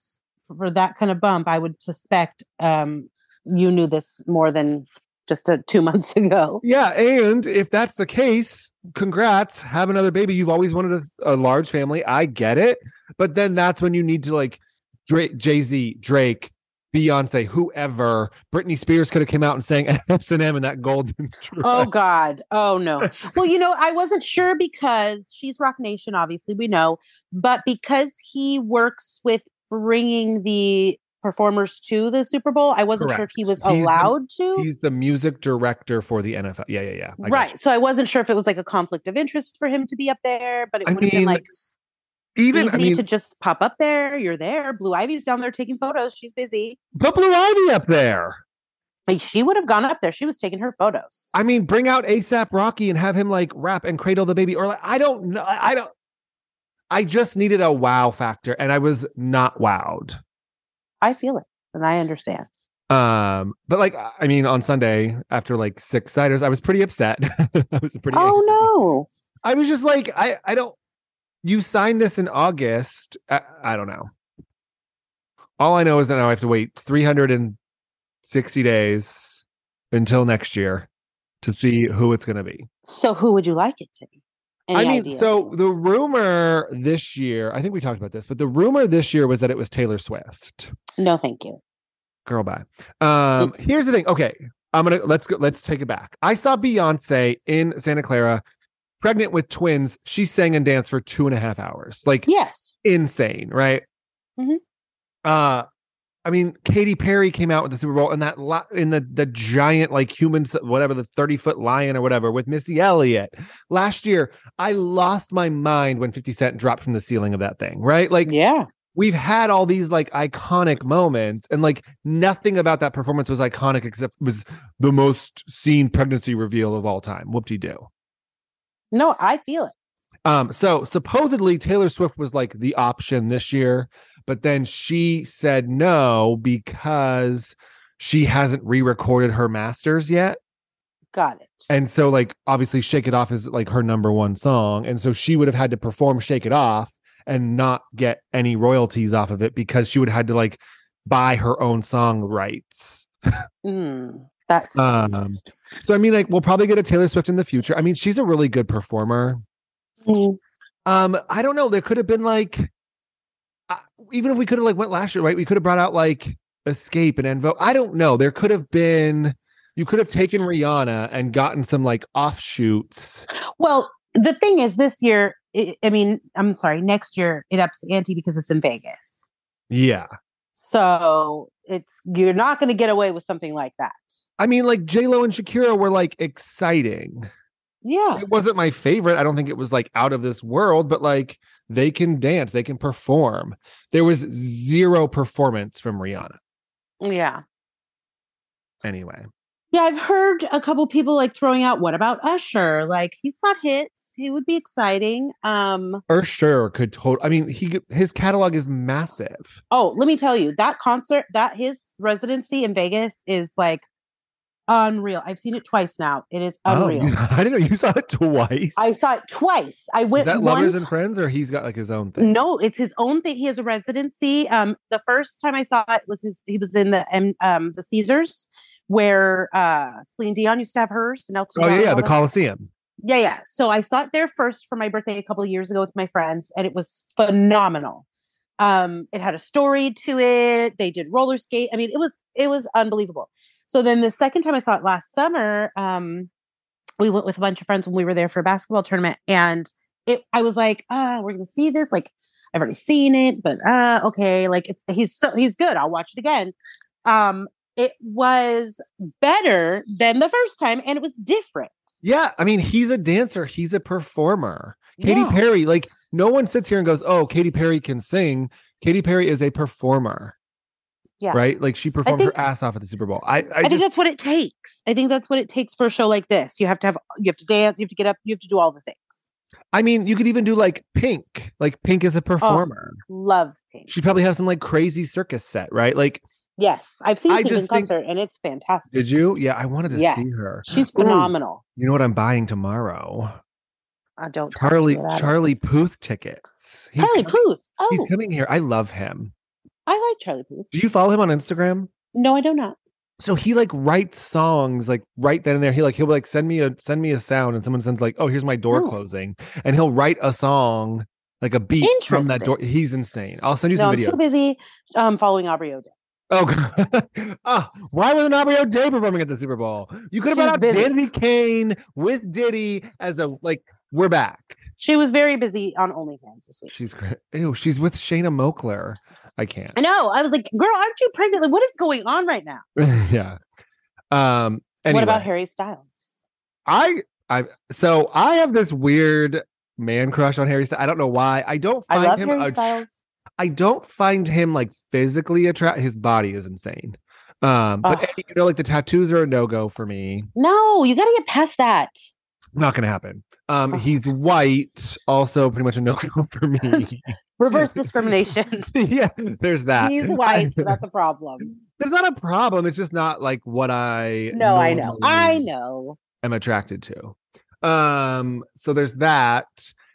Speaker 2: for, for that kind of bump, I would suspect um, you knew this more than just uh two months ago.
Speaker 1: yeah and if that's the case congrats have another baby you've always wanted a, a large family i get it but then that's when you need to like Drake, jay-z drake Beyonce, whoever, Britney Spears could have came out and sang S and M in that golden dress.
Speaker 2: Oh God. Oh no. well, you know, I wasn't sure because she's Rock Nation, obviously we know, but because he works with bringing the performers to the Super Bowl, I wasn't sure if he was
Speaker 1: Correct. He's the-
Speaker 2: allowed to.
Speaker 1: He's the music director for the NFL. Yeah, yeah, yeah. I got
Speaker 2: right.
Speaker 1: you.
Speaker 2: So I wasn't sure if it was like a conflict of interest for him to be up there, but it
Speaker 1: I
Speaker 2: would have been
Speaker 1: mean,
Speaker 2: like
Speaker 1: Even
Speaker 2: easy
Speaker 1: I mean,
Speaker 2: to just pop up there. You're there. Blue Ivy's down there taking photos. She's busy.
Speaker 1: put Blue Ivy up there.
Speaker 2: Like she would have gone up there. She was taking her photos.
Speaker 1: I mean, bring out ASAP Rocky and have him like rap and cradle the baby, or like I don't know. I don't. I just needed a wow factor, and I was not wowed.
Speaker 2: I feel it and I understand.
Speaker 1: Um, but like, I mean, on Sunday after like six ciders, I was pretty upset. I was pretty.
Speaker 2: oh
Speaker 1: angry.
Speaker 2: no.
Speaker 1: I was just like, I, I don't. You signed this in August. I, I don't know. All I know is that now I have to wait 360 days until next year to see who it's going to be.
Speaker 2: So who would you like it to be? Any
Speaker 1: I mean,
Speaker 2: ideas?
Speaker 1: so the rumor this year, I think we talked about this, but the rumor this year was that it was Taylor Swift.
Speaker 2: no, thank you.
Speaker 1: Girl, bye. Um,
Speaker 2: Mm.
Speaker 1: here's the thing. Okay, I'm gonna let's go. Let's take it back. I saw Beyonce in Santa Clara, pregnant with twins. She sang and danced for two and a half hours. Like
Speaker 2: Yes.
Speaker 1: insane, right?
Speaker 2: Mhm.
Speaker 1: Uh, I mean, Katy Perry came out with the Super Bowl and that li- in the the giant like human s- whatever the thirty foot lion or whatever with Missy Elliott last year. I lost my mind when Fifty Cent dropped from the ceiling of that thing, right? Like
Speaker 2: Yeah.
Speaker 1: we've had all these like iconic moments and like nothing about that performance was iconic except it was the most seen pregnancy reveal of all time. Whoop-de-doo.
Speaker 2: No, I feel it.
Speaker 1: Um, so supposedly Taylor Swift was like the option this year, but then she said no because she hasn't re-recorded her masters yet.
Speaker 2: Got it.
Speaker 1: And so like obviously Shake It Off is like her number one song. And so she would have had to perform Shake It Off and not get any royalties off of it because she would have had to like buy her own song rights.
Speaker 2: Mm, that's
Speaker 1: Um,
Speaker 2: honest.
Speaker 1: So I mean like we'll probably get a Taylor Swift in the future. I mean, she's a really good performer.
Speaker 2: Mm,
Speaker 1: Um, I don't know. There could have been like, uh, even if we could have like went last year, right? We could have brought out like Escape and Envo. I don't know. There could have been. You could have taken Rihanna and gotten some like offshoots.
Speaker 2: Well, the thing is, this year, i I mean, I'm sorry, next year it ups the ante because it's in Vegas.
Speaker 1: Yeah,
Speaker 2: So it's you're not going to get away with something like that.
Speaker 1: I mean, like J Lo and Shakira were like exciting.
Speaker 2: Yeah.
Speaker 1: It wasn't my favorite. I don't think it was like out of this world, but like they can dance, they can perform. There was zero performance from Rihanna
Speaker 2: Yeah.
Speaker 1: anyway.
Speaker 2: Yeah, I've heard a couple people like throwing out what about Usher? Like he's got hits. He would be exciting. Um
Speaker 1: Or sure could total. I mean, he could- his catalog is massive.
Speaker 2: oh, let me tell you, that concert, that his residency in Vegas is like unreal. I've seen it twice now. It is
Speaker 1: Oh,
Speaker 2: unreal.
Speaker 1: you- I didn't know you saw it twice.
Speaker 2: I saw it twice. I
Speaker 1: Is
Speaker 2: went
Speaker 1: that
Speaker 2: once.
Speaker 1: lovers and friends, or he's got like his own thing.
Speaker 2: No, it's his own thing. He has a residency. Um, the first time I saw it was his. He was in the um, um the Caesars, where uh Celine Dion used to have hers and Elton.
Speaker 1: Oh
Speaker 2: John
Speaker 1: yeah,
Speaker 2: and
Speaker 1: yeah,
Speaker 2: all
Speaker 1: the
Speaker 2: that.
Speaker 1: Coliseum.
Speaker 2: Yeah, yeah. So I saw it there first for my birthday a couple of years ago with my friends, and it was phenomenal. Um, it had a story to it. They did roller skate. I mean, it was it was unbelievable. So then the second time I saw it last summer, um, we went with a bunch of friends when we were there for a basketball tournament, and it I was like, ah, we're gonna see this. Like, I've already seen it, but uh, okay, like it's he's so he's good. I'll watch it again. Um, it was better than the first time, and it was different.
Speaker 1: Yeah, I mean, he's a dancer. He's a performer. Katy
Speaker 2: Yeah.
Speaker 1: Perry, like no one sits here and goes, "Oh, Katy Perry can sing." Katy Perry is a performer.
Speaker 2: Yeah.
Speaker 1: Right. Like she performed
Speaker 2: think-
Speaker 1: her ass off at the Super Bowl. I, I,
Speaker 2: I, think
Speaker 1: just
Speaker 2: that's what it takes. I think that's what it takes for a show like this. You have to have you have to dance, you have to get up, you have to do all the things.
Speaker 1: I mean, you could even do like Pink. Like Pink
Speaker 2: Oh.
Speaker 1: is a performer.
Speaker 2: Love Pink.
Speaker 1: She probably has some like crazy circus set, right? Like,
Speaker 2: yes, I've seen
Speaker 1: I
Speaker 2: Pink in
Speaker 1: just think-
Speaker 2: concert and it's fantastic.
Speaker 1: did you? Yeah, I wanted to
Speaker 2: yes,
Speaker 1: see her.
Speaker 2: she's
Speaker 1: Ooh.
Speaker 2: phenomenal.
Speaker 1: You know what I'm buying tomorrow?
Speaker 2: I don't talk to
Speaker 1: Charlie
Speaker 2: me about it.
Speaker 1: Charlie Puth tickets. He's
Speaker 2: Charlie
Speaker 1: coming-
Speaker 2: Puth.
Speaker 1: He's
Speaker 2: Oh,
Speaker 1: coming here. I love him.
Speaker 2: I like Charlie Puth.
Speaker 1: Do you follow him on Instagram?
Speaker 2: no, I do not.
Speaker 1: So he like writes songs like right then and there. He like he'll be like send me a send me a sound, and someone sends like, oh, here's my door
Speaker 2: Oh.
Speaker 1: closing, and he'll write a song like a beat from that
Speaker 2: Interesting.
Speaker 1: door. He's insane. I'll send you
Speaker 2: No,
Speaker 1: some
Speaker 2: I'm
Speaker 1: videos.
Speaker 2: too busy um, following Aubrey O'Day.
Speaker 1: Oh, God. Ah, why wasn't Aubrey O'Day performing at the Super Bowl? You could have
Speaker 2: She
Speaker 1: brought out
Speaker 2: was busy.
Speaker 1: Danny Kane with Diddy as a like. We're back.
Speaker 2: She was very busy on OnlyFans this week.
Speaker 1: She's great. Ew, she's with Shayna Mokler. I can't.
Speaker 2: I know. I was like, girl, aren't you pregnant? Like, what is going on right now?
Speaker 1: yeah. Um. Anyway,
Speaker 2: What about Harry Styles?
Speaker 1: I. I. So I have this weird man crush on Harry. Styles. I don't know why. I don't
Speaker 2: I
Speaker 1: find
Speaker 2: love
Speaker 1: him
Speaker 2: Harry
Speaker 1: a
Speaker 2: Styles.
Speaker 1: I don't find him like physically attract. His body is insane. Um, but
Speaker 2: Ugh.
Speaker 1: you know, like the tattoos are a no go for me.
Speaker 2: No, you got to get past that.
Speaker 1: Not gonna happen. Um,
Speaker 2: Ugh.
Speaker 1: he's white, also pretty much a no go for me.
Speaker 2: Reverse discrimination.
Speaker 1: yeah, there's that.
Speaker 2: He's white, so that's a problem.
Speaker 1: there's not a problem. It's just not like what I.
Speaker 2: No, I know. I
Speaker 1: normally
Speaker 2: know.
Speaker 1: Am attracted to. Um, so there's that.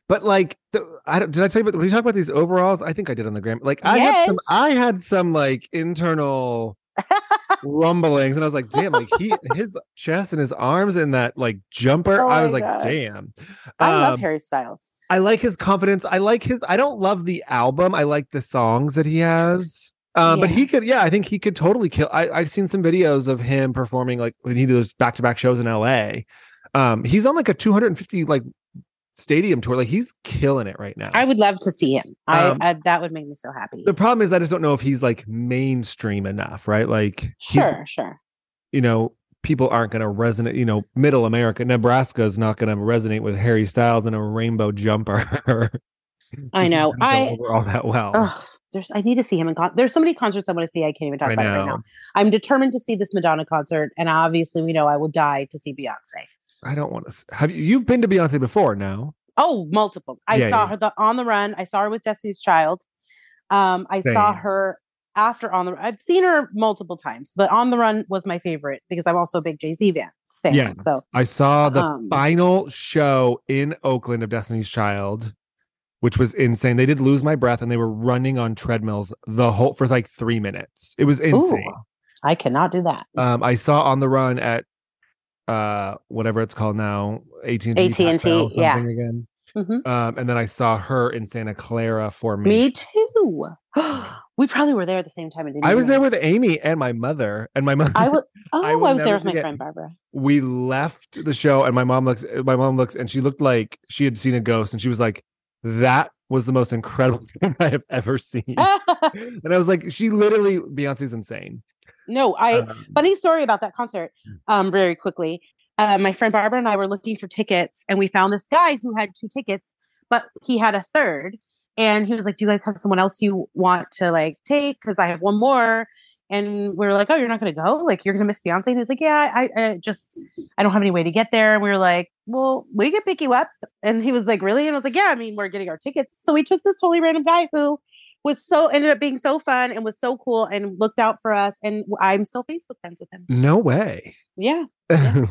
Speaker 1: But like, the, I don't, did I tell you about? We talked about these overalls. I think I did on the gram. Like, I had some.
Speaker 2: Yes.
Speaker 1: I had some like internal. rumblings and i was like damn like he his chest and his arms and that like jumper
Speaker 2: Oh
Speaker 1: i was
Speaker 2: my
Speaker 1: like
Speaker 2: God.
Speaker 1: damn
Speaker 2: I love
Speaker 1: Um,
Speaker 2: Harry Styles.
Speaker 1: i like his confidence i like his i don't love the album i like the songs that he has um, But
Speaker 2: Yeah.
Speaker 1: he could, yeah, I think he could totally kill. I, I've seen some videos of him performing like when he does back to back shows in LA. Um, he's on like a 250 like stadium tour. Like he's killing it right now.
Speaker 2: I would love to see him. I,
Speaker 1: Um,
Speaker 2: I that would make me so happy.
Speaker 1: the problem is I just don't know if he's like mainstream enough, right? Like he-
Speaker 2: Sure, sure.
Speaker 1: you know, people aren't going to resonate, you know, middle America, Nebraska is not going to resonate with Harry Styles in a rainbow jumper.
Speaker 2: I
Speaker 1: Just
Speaker 2: know.
Speaker 1: doesn't go
Speaker 2: I
Speaker 1: over all that well.
Speaker 2: ugh, there's I need to see him in con- there's so many concerts I want to see. I can't even talk
Speaker 1: I
Speaker 2: about it right
Speaker 1: know.
Speaker 2: now. I'm determined to see this Madonna concert, and obviously we know I will die to see Beyonce.
Speaker 1: I don't want to. Have you? You've been to Beyonce before now?
Speaker 2: Oh, multiple. I
Speaker 1: Yeah,
Speaker 2: saw
Speaker 1: yeah.
Speaker 2: her the, on the run. I saw her with Destiny's Child. Um, I saw
Speaker 1: Same.
Speaker 2: her after on the. I've seen her multiple times, but on the run was my favorite because I'm also a big Jay Z fan.
Speaker 1: Yeah.
Speaker 2: So
Speaker 1: I saw the
Speaker 2: um,
Speaker 1: final show in Oakland of Destiny's Child, which was insane. They did lose my breath, and they were running on treadmills the whole for like three minutes. It was insane.
Speaker 2: ooh, I cannot do that.
Speaker 1: Um, I saw on the run at uh whatever it's called now, AT and T,
Speaker 2: AT&T, yeah.
Speaker 1: again.
Speaker 2: Mhm.
Speaker 1: Um, and then I saw her in Santa Clara for me.
Speaker 2: Me too. we probably were there at the same time. And didn't
Speaker 1: I
Speaker 2: even
Speaker 1: was there
Speaker 2: know.
Speaker 1: with Amy and my mother, and my mother.
Speaker 2: I was. Oh, I,
Speaker 1: will
Speaker 2: was there
Speaker 1: never
Speaker 2: with my
Speaker 1: forget.
Speaker 2: friend Barbara.
Speaker 1: we left the show, and my mom looks. My mom looks, and she looked like she had seen a ghost, and she was like, "That was the most incredible thing I have ever seen."
Speaker 2: Uh
Speaker 1: and I was like, "She literally, Beyonce's insane."
Speaker 2: no, I.
Speaker 1: Um,
Speaker 2: funny story about that concert um very quickly uh, my friend barbara and i were looking for tickets and we found this guy who had two tickets but he had a third and he was like do you guys have someone else you want to like take because i have one more and we were like oh you're not going to go like you're going to miss beyonce and he was like yeah i, I just i don't have any way to get there and we were like well we could pick you up and he was like really and i was like yeah i mean we're getting our tickets so we took this totally random guy who was so ended up being so fun and was so cool and looked out for us and i'm still facebook friends with him
Speaker 1: no way.
Speaker 2: yeah.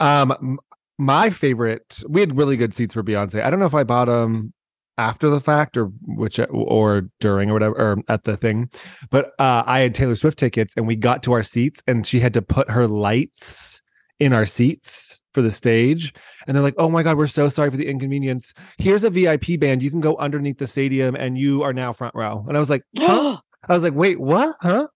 Speaker 1: um m- my favorite we had really good seats for beyonce i don't know if i bought them after the fact or which uh, or during or whatever or at the thing but uh i had taylor swift tickets and we got to our seats and she had to put her lights in our seats for the stage and they're like oh my god we're so sorry for the inconvenience here's a vip band you can go underneath the stadium and you are now front row and i was like huh? I was like, wait, what? Huh?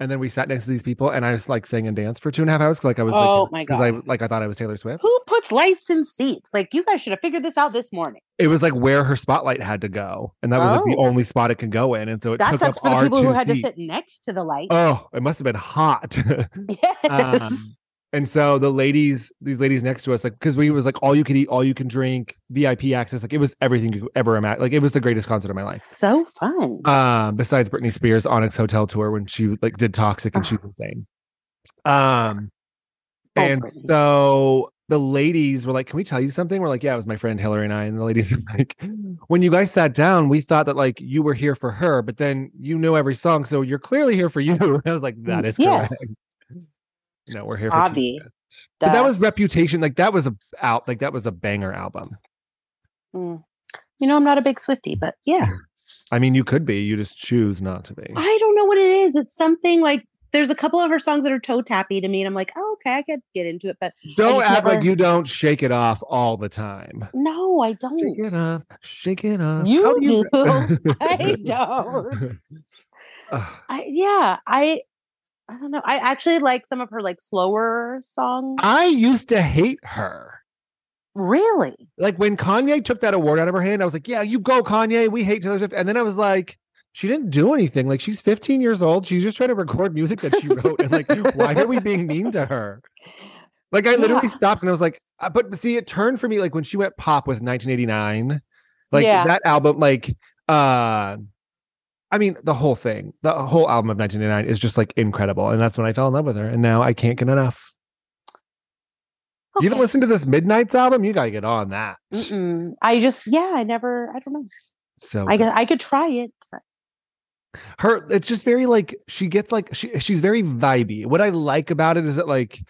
Speaker 1: And then we sat next to these people, and I was like sang and danced for two and a half hours. 'cause, Like I was
Speaker 2: Oh,
Speaker 1: like,
Speaker 2: my
Speaker 1: 'cause I,
Speaker 2: God.
Speaker 1: like I thought I was Taylor Swift.
Speaker 2: Who puts lights in seats? Like you guys should have figured this out this morning.
Speaker 1: It was like where her spotlight had to go, and that was like the
Speaker 2: Oh.
Speaker 1: only spot it could go in. And so it
Speaker 2: That
Speaker 1: took
Speaker 2: sucks
Speaker 1: up
Speaker 2: for the
Speaker 1: our
Speaker 2: people
Speaker 1: two
Speaker 2: who had
Speaker 1: seats.
Speaker 2: to sit next to the light.
Speaker 1: Oh, um, it must have been hot.
Speaker 2: yes.
Speaker 1: and so the ladies, these ladies next to us, like because we was like all you can eat, all you can drink, VIP access, like it was everything you could ever imagine. Like it was the greatest concert of my life.
Speaker 2: so fun.
Speaker 1: Um, besides Britney Spears Onyx Hotel tour when she like did Toxic and she was insane. Um,
Speaker 2: Uh-huh. Oh,
Speaker 1: and
Speaker 2: Britney.
Speaker 1: so the ladies were like, "Can we tell you something?" We're like, "Yeah, it was my friend Hillary and I." And the ladies were like, "When you guys sat down, we thought that like you were here for her, but then you know every song, so you're clearly here for you." And I was like, "That is
Speaker 2: Yes.
Speaker 1: correct." No, we're here for
Speaker 2: Obvi.
Speaker 1: Tia. But
Speaker 2: Duh.
Speaker 1: that was Reputation. Like that was a out. Like that was a banger album.
Speaker 2: Mm. You know, I'm not a big Swifty, but yeah.
Speaker 1: I mean, you could be. You just choose not to be.
Speaker 2: I don't know what it is. It's something like there's a couple of her songs that are toe tappy to me, and I'm like, oh, okay, I could get into it, but
Speaker 1: Don't
Speaker 2: just
Speaker 1: act like
Speaker 2: never-
Speaker 1: you don't shake it off all the time.
Speaker 2: no, I
Speaker 1: Shake
Speaker 2: don't.
Speaker 1: it off, shake it off.
Speaker 2: You
Speaker 1: How
Speaker 2: do. I don't.
Speaker 1: Ugh.
Speaker 2: I, yeah, I I don't know. I actually like some of her like slower songs.
Speaker 1: I used to hate her.
Speaker 2: really?
Speaker 1: Like when Kanye took that award out of her hand, I was like, "Yeah, you go, Kanye. We hate Taylor Swift." And then I was like, "She didn't do anything. Like she's 15 years old. She's just trying to record music that she wrote. And like, why are we being mean to her?" Like I literally
Speaker 2: Yeah.
Speaker 1: stopped and I was like, uh, "But see, it turned for me like when she went pop with 1989, like
Speaker 2: Yeah.
Speaker 1: that album. Like, uh, I mean, the whole thing, the whole album of 1989 is just like incredible. And that's when I fell in love with her. And now I can't get enough." You
Speaker 2: Okay.
Speaker 1: haven't listened to this Midnight's album? You gotta get on that.
Speaker 2: Mm-mm. I just yeah, I never I don't know.
Speaker 1: So
Speaker 2: I guess I could try it. but-
Speaker 1: her it's just very like she gets like she she's very vibey. What I like about it is that like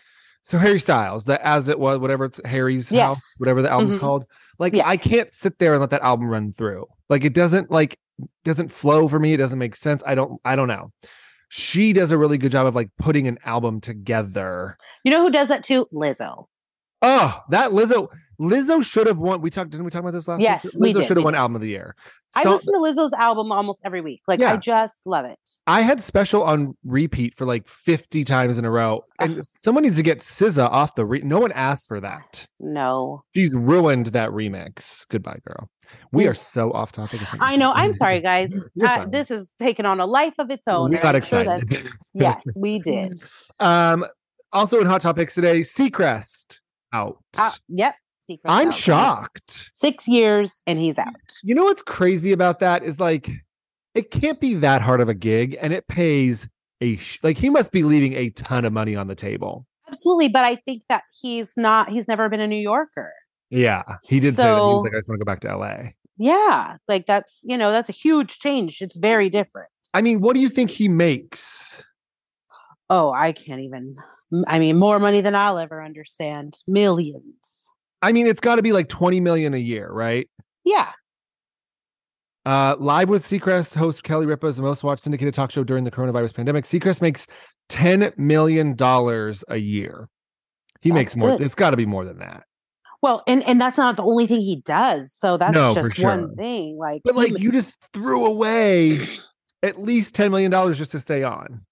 Speaker 1: so Harry Styles, that as it was, whatever it's Harry's
Speaker 2: Yes.
Speaker 1: house, whatever the album's
Speaker 2: Mhm.
Speaker 1: called. Like
Speaker 2: Yeah.
Speaker 1: I can't sit there and let that album run through. Like it doesn't like doesn't flow for me. It doesn't make sense. I don't I don't know. She does a really good job of like putting an album together.
Speaker 2: You know who does that too? Lizzo.
Speaker 1: Oh, that Lizzo Lizzo should have won. We talked, didn't we talk about this last
Speaker 2: Yes,
Speaker 1: week?
Speaker 2: we
Speaker 1: Lizzo
Speaker 2: did,
Speaker 1: should have
Speaker 2: we
Speaker 1: won
Speaker 2: did.
Speaker 1: album of the year.
Speaker 2: I
Speaker 1: So-
Speaker 2: listen to Lizzo's album almost every week. Like
Speaker 1: Yeah.
Speaker 2: I just love it.
Speaker 1: I had special on repeat for like 50 times in a row. And
Speaker 2: Ugh.
Speaker 1: someone needs to get SZA off the re- no one asked for that.
Speaker 2: No.
Speaker 1: She's ruined that remix. Goodbye, girl. We
Speaker 2: Mm.
Speaker 1: are so off topic. of
Speaker 2: I know. I'm
Speaker 1: remixes.
Speaker 2: sorry, guys.
Speaker 1: You're
Speaker 2: Uh,
Speaker 1: fine.
Speaker 2: this has taken on a life of its own.
Speaker 1: we
Speaker 2: and
Speaker 1: got
Speaker 2: I'm sure
Speaker 1: excited.
Speaker 2: that's- yes, we did.
Speaker 1: um, also in hot topics today, Seacrest out.
Speaker 2: Uh, yep. Secret
Speaker 1: I'm
Speaker 2: Service.
Speaker 1: shocked. Mm.
Speaker 2: Six years and he's out.
Speaker 1: You know what's crazy about that is like it can't be that hard of a gig, and it pays a sh- like he must be leaving a ton of money on the table.
Speaker 2: Absolutely. But I think that he's not, he's never been a New Yorker.
Speaker 1: Yeah, he did say that he
Speaker 2: So-
Speaker 1: was like, I just want to go back to LA.
Speaker 2: Yeah. Like that's, you know, that's a huge change. It's very different.
Speaker 1: I mean, what do you think he makes?
Speaker 2: Oh, I can't even, I mean, more money than I'll ever understand. Millions.
Speaker 1: I mean, it's got to be like 20 million a year, right?
Speaker 2: Yeah.
Speaker 1: Uh, Live with Seacrest host Kelly Ripa is the most watched syndicated talk show during the coronavirus pandemic. Seacrest makes 10 million dollars a year. He
Speaker 2: That's
Speaker 1: makes more.
Speaker 2: good.
Speaker 1: It's got to be more than that.
Speaker 2: Well, and, and that's not the only thing he does. So that's
Speaker 1: No, for
Speaker 2: just
Speaker 1: sure.
Speaker 2: one thing. Like,
Speaker 1: But
Speaker 2: he
Speaker 1: like,
Speaker 2: ma-
Speaker 1: you just threw away at least 10 million dollars just to stay on.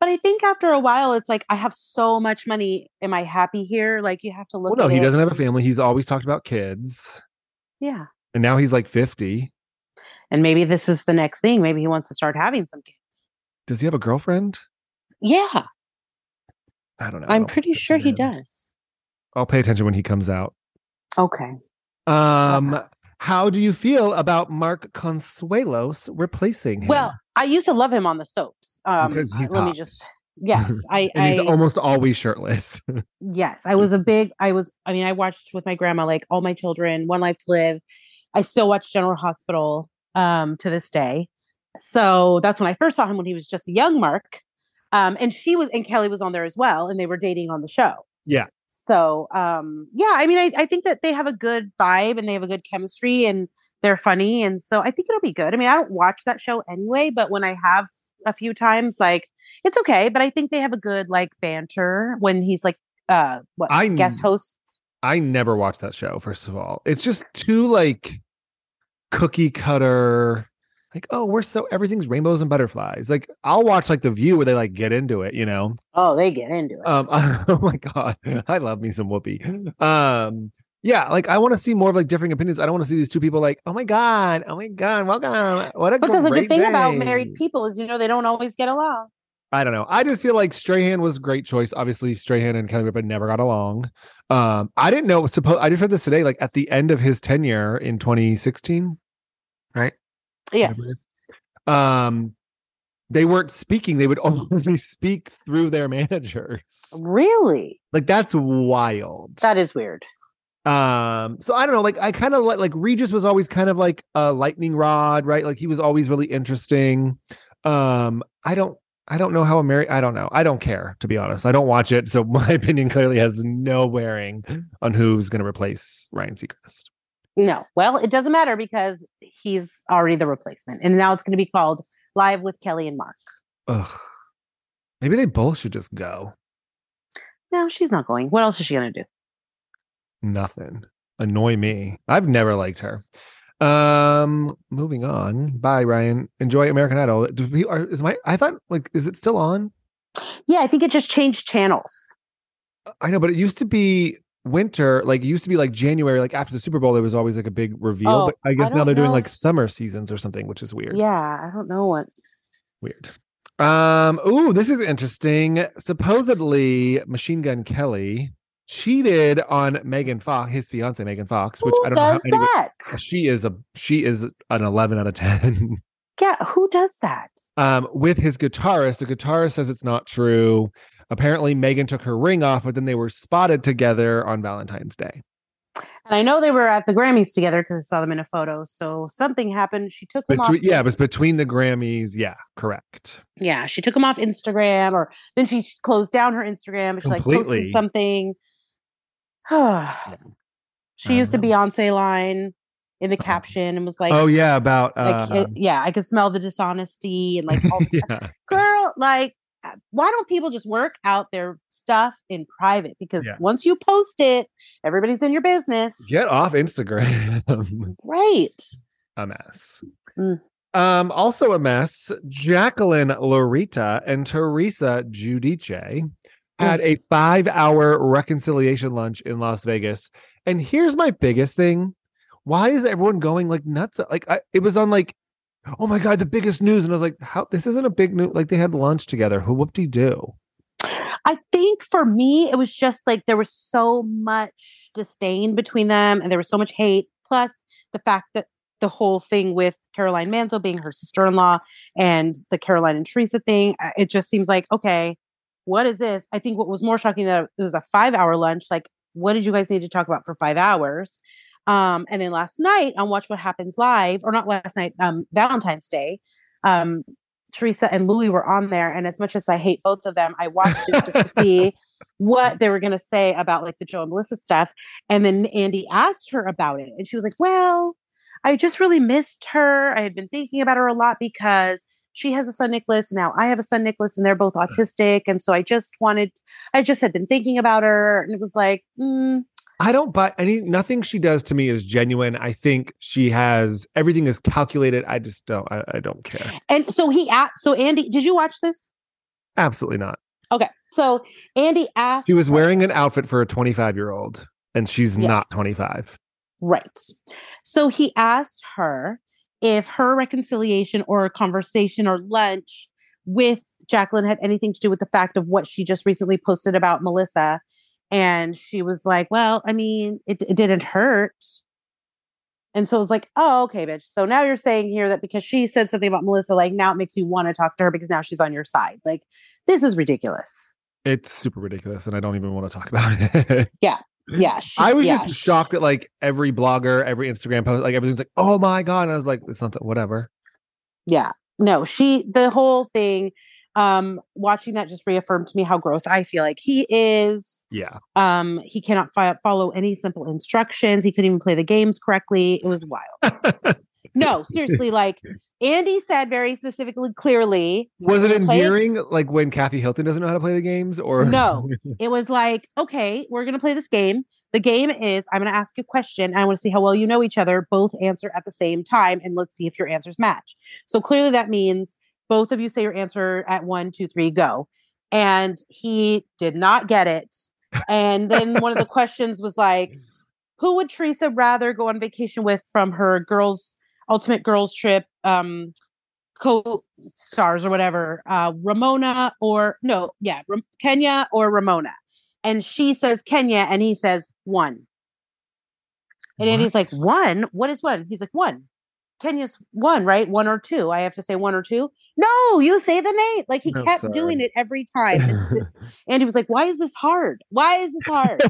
Speaker 2: but I think after a while, it's like, I have so much money. Am I happy here? Like, you have to
Speaker 1: Well,
Speaker 2: look
Speaker 1: no,
Speaker 2: at
Speaker 1: he
Speaker 2: it.
Speaker 1: doesn't have a family. He's always talked about kids,
Speaker 2: Yeah.
Speaker 1: and now he's like 50.
Speaker 2: And maybe this is the next thing. Maybe he wants to start having some kids.
Speaker 1: Does he have a girlfriend?
Speaker 2: Yeah.
Speaker 1: I don't know. I
Speaker 2: I'm
Speaker 1: don't
Speaker 2: pretty
Speaker 1: think
Speaker 2: sure he
Speaker 1: did.
Speaker 2: does.
Speaker 1: I'll pay attention when he comes out.
Speaker 2: Okay.
Speaker 1: Um, how do you feel about Mark Consuelos replacing him?
Speaker 2: Well, I used to love him on the soaps. Um,
Speaker 1: Because
Speaker 2: uh,
Speaker 1: he's
Speaker 2: let me
Speaker 1: hot.
Speaker 2: just. Yes, I.
Speaker 1: and he's
Speaker 2: I
Speaker 1: almost always shirtless.
Speaker 2: yes, I was a big. I was. I mean, I watched with my grandma like all my children, One Life to Live. I still watch General Hospital um, to this day. So that's when I first saw him when he was just a young Mark, um, and she was and Kelly was on there as well, and they were dating on the show.
Speaker 1: Yeah.
Speaker 2: So um, yeah, I mean, I, I think that they have a good vibe and they have a good chemistry and they're funny, and so I think it'll be good. I mean, I don't watch that show anyway, but when I have a few times, like it's okay. But I think they have a good like banter when he's like uh what
Speaker 1: I
Speaker 2: guest host.
Speaker 1: I never watched that show. First of all, it's just too like cookie cutter. Like, oh, we're so everything's rainbows and butterflies. Like, I'll watch like The View where they like get into it, you know.
Speaker 2: Oh, they get into it.
Speaker 1: Um, oh my god, I love me some Whoopi. Um, yeah, like I want to see more of like differing opinions. I don't want to see these two people like, oh my god, oh my god, welcome. What a
Speaker 2: because the
Speaker 1: great
Speaker 2: good thing about
Speaker 1: day."
Speaker 2: married people is you know they don't always get along.
Speaker 1: I don't know. I just feel like Strahan was a great choice. Obviously, Strahan and Kelly Ripa never got along. Um, I didn't know. Supposed I just heard this today. Like at the end of his tenure in 2016,
Speaker 2: Yes.
Speaker 1: whatever it is, um, they weren't speaking. They would only speak through their managers.
Speaker 2: Oh. Really?
Speaker 1: Like that's wild.
Speaker 2: That is weird.
Speaker 1: Um, so I don't know. Like I kind of like like Regis was always kind of like a lightning rod, right? Like he was always really interesting. Um, I don't I don't know how a Ameri- I don't know. I don't care to be honest. I don't watch it, so my opinion clearly has no bearing on who's going to replace Ryan Seacrest.
Speaker 2: No. Well, it doesn't matter because he's already the replacement. And now it's going to be called Live with Kelly and Mark.
Speaker 1: Ugh. Maybe they both should just go.
Speaker 2: No, she's not going. What else is she going to do?
Speaker 1: Nothing. Annoy me. I've never liked her. Um, moving on. Bye, Ryan. Enjoy American Idol. Do we, are, is my I thought like is it still on?
Speaker 2: Yeah, I think it just changed channels.
Speaker 1: I know, but it used to be winter. Like it used to be like January. Like after the Super Bowl, there was always like a big reveal.
Speaker 2: Oh,
Speaker 1: but I guess now
Speaker 2: don't
Speaker 1: they're doing
Speaker 2: know.
Speaker 1: like summer seasons or something, which is weird.
Speaker 2: Yeah, I don't know what.
Speaker 1: Weird. Um, ooh, this is interesting. Supposedly, Machine Gun Kelly cheated on Megan Fox, his fiance Megan Fox, which
Speaker 2: who
Speaker 1: I don't know how
Speaker 2: does
Speaker 1: anyone-
Speaker 2: that?
Speaker 1: she is a she is an 11 out of 10
Speaker 2: Yeah, who does that?
Speaker 1: um with his guitarist the guitarist says it's not true apparently megan took her ring off but then they were spotted together on valentine's day
Speaker 2: And I know they were at the Grammys together because I saw them in a photo. So something happened. She took him off.
Speaker 1: between, e, yeah it was between the grammys yeah correct
Speaker 2: yeah, she took him off Instagram, or then she sh- closed down her Instagram. She like
Speaker 1: Completely.
Speaker 2: posted something. she used a
Speaker 1: Um,
Speaker 2: Beyonce line in the
Speaker 1: uh-oh.
Speaker 2: caption and was like,
Speaker 1: Uh-huh. oh yeah about uh
Speaker 2: like it- yeah, I could smell the dishonesty and like all this stuff.
Speaker 1: yeah
Speaker 2: girl, like uh, why don't people just work out their stuff in private? Because
Speaker 1: Yeah.
Speaker 2: once you post it, everybody's in your business.
Speaker 1: get off instagram
Speaker 2: Right.
Speaker 1: a mess
Speaker 2: Mm.
Speaker 1: um also a mess jacqueline lorita and teresa judice had
Speaker 2: Mm.
Speaker 1: a five hour reconciliation lunch in las vegas and here's my biggest thing why is everyone going like nuts like I, it was on like oh my god the biggest news and i was like how this isn't a big news like they had lunch together who whoop-de-doo
Speaker 2: I think for me, it was just like there was so much disdain between them and there was so much hate. Plus, the fact that the whole thing with Caroline Manzo being her sister in law and the Caroline and Teresa thing, I- it just seems like, okay, what is this? I think what was more shocking that it was a five hour lunch. Like, what did you guys need to talk about for five hours? Um, and then last night on Watch What Happens Live, or not last night, um, Valentine's Day, um, Teresa and Louie were on there. And as much as I hate both of them, I watched it just to see what they were going to say about like the Joe and Melissa stuff. And then Andy asked her about it. And she was like, Well, I just really missed her. I had been thinking about her a lot because she has a son, Nicholas. and Now I have a son, Nicholas, and they're both autistic. And so I just wanted, I just had been thinking about her. And it was like, mm,
Speaker 1: I don't buy any nothing she does to me is genuine. I think she has everything is calculated. I just don't I, I don't care.
Speaker 2: And so he asked, so Andy, did you watch this?
Speaker 1: Absolutely not.
Speaker 2: Okay. So Andy asked.
Speaker 1: She was wearing an outfit for a 25 year old and she's
Speaker 2: Yes.
Speaker 1: not 25.
Speaker 2: Right. So he asked her if her reconciliation or conversation or lunch with Jacqueline had anything to do with the fact of what she just recently posted about Melissa. And she was like, Well, I mean, it, it didn't hurt. And so I was like, Oh, okay, bitch. So now you're saying here that because she said something about Melissa, like now it makes you want to talk to her because now she's on your side. Like, this is ridiculous.
Speaker 1: It's super ridiculous and I don't even want to talk about it.
Speaker 2: Yeah. she-
Speaker 1: Mm. I was
Speaker 2: yeah,
Speaker 1: just
Speaker 2: she-
Speaker 1: shocked that like every blogger, every Instagram post, like everything's like, oh my God. And I was like, it's not that whatever.
Speaker 2: yeah no she the whole thing um watching that just reaffirmed to me how gross i feel like he is
Speaker 1: Yeah.
Speaker 2: um he cannot fi- follow any simple instructions he couldn't even play the games correctly it was wild no seriously like andy said very specifically clearly
Speaker 1: Was it
Speaker 2: Play-
Speaker 1: endearing like when Kathy Hilton doesn't know how to play the games or
Speaker 2: No. it was like okay we're gonna play this game the game is i'm gonna ask you a question and i want to see how well you know each other both answer at the same time and let's see if your answers match so clearly that means both of you say your answer at one two three go and he did not get it and then one of the questions was like who would teresa rather go on vacation with from her girls ultimate girls trip um co stars or whatever uh ramona or no yeah Ram- kenya or ramona and she says kenya and he says one and andy's like
Speaker 1: What?
Speaker 2: one what is one he's like one kenya's one right one or two i have to say one or two no you say the name like he
Speaker 1: No,
Speaker 2: kept
Speaker 1: sorry.
Speaker 2: doing it every time And th- Andy was like, Why is this hard? Why is this hard?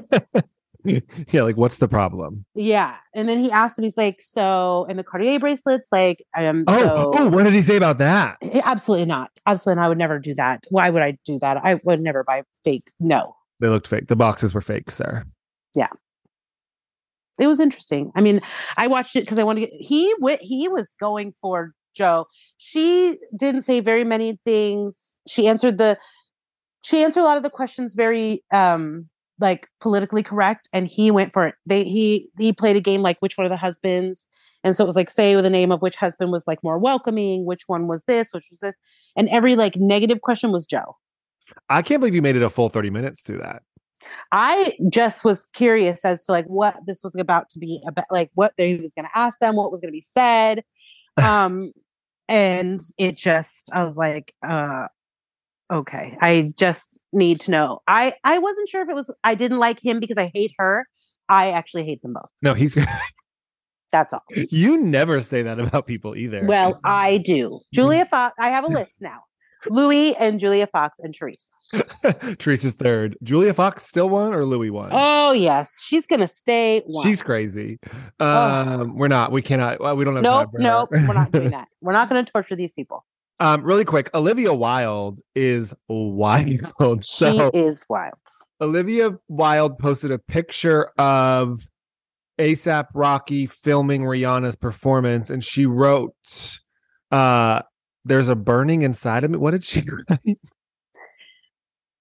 Speaker 1: yeah. Like, what's the problem?
Speaker 2: yeah. And then he asked him, he's like, So, and the Cartier bracelets, like, um,
Speaker 1: Oh,
Speaker 2: so
Speaker 1: oh, what did he say about that?
Speaker 2: Yeah, absolutely not. Absolutely not. I would never do that. Why would I do that? I would never buy fake. No.
Speaker 1: They looked fake. The boxes were fake, sir.
Speaker 2: It was interesting. I mean, I watched it because I wanted to get he went he was going for Joe. She didn't say very many things. She answered the she answered a lot of the questions very um like politically correct and he went for it. They he he played a game like which one of the husbands And so it was like, say the name of which husband was like more welcoming, which one was this, which was this. And every like negative question was Joe.
Speaker 1: I can't believe you made it a full 30 minutes through that.
Speaker 2: I just was curious as to like what this was about to be about, like what they was going to ask them, what was going to be said. Um, and it just, I was like, uh, okay, I just need to know. I, I wasn't sure if it was, I didn't like him because I hate her. I actually hate them both.
Speaker 1: No, he's
Speaker 2: That's all.
Speaker 1: you never say that about people either.
Speaker 2: Well, I do. Julia Fox, I have a list now. Louis and Julia Fox and Therese.
Speaker 1: Teresa's third. Julia Fox still won or Louis won?
Speaker 2: Oh yes, she's gonna stay. One.
Speaker 1: She's crazy. Um, we're not. We cannot. Well, we don't have time.
Speaker 2: nope,
Speaker 1: for her.
Speaker 2: nope. We're not doing that. We're not gonna torture these people.
Speaker 1: Um, really quick, Olivia Wilde is wild. So
Speaker 2: she is wild.
Speaker 1: Olivia Wilde posted a picture of ASAP Rocky filming Rihanna's performance, and she wrote, uh, "There's a burning inside of me." What did she write?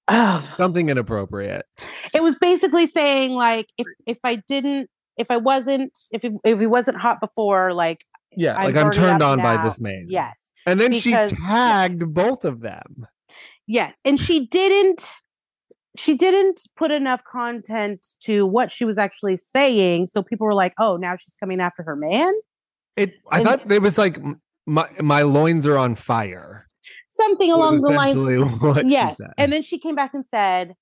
Speaker 2: Oh,
Speaker 1: Something inappropriate.
Speaker 2: it was basically saying like if if I didn't, if I wasn't, if it, if he wasn't hot before, like
Speaker 1: Yeah,
Speaker 2: I'm
Speaker 1: like I'm
Speaker 2: burning
Speaker 1: turned
Speaker 2: up
Speaker 1: on by
Speaker 2: now.
Speaker 1: this man.
Speaker 2: yes,
Speaker 1: and then
Speaker 2: because-
Speaker 1: she tagged both of them.
Speaker 2: yes, and she didn't. She didn't put enough content to what she was actually saying, so people were like, "Oh, now she's coming after her man."
Speaker 1: It. I
Speaker 2: And-
Speaker 1: thought it was like m- my my loins are on fire.
Speaker 2: Something along
Speaker 1: was
Speaker 2: the lines
Speaker 1: essentially What she
Speaker 2: yes
Speaker 1: said.
Speaker 2: and then she came back and said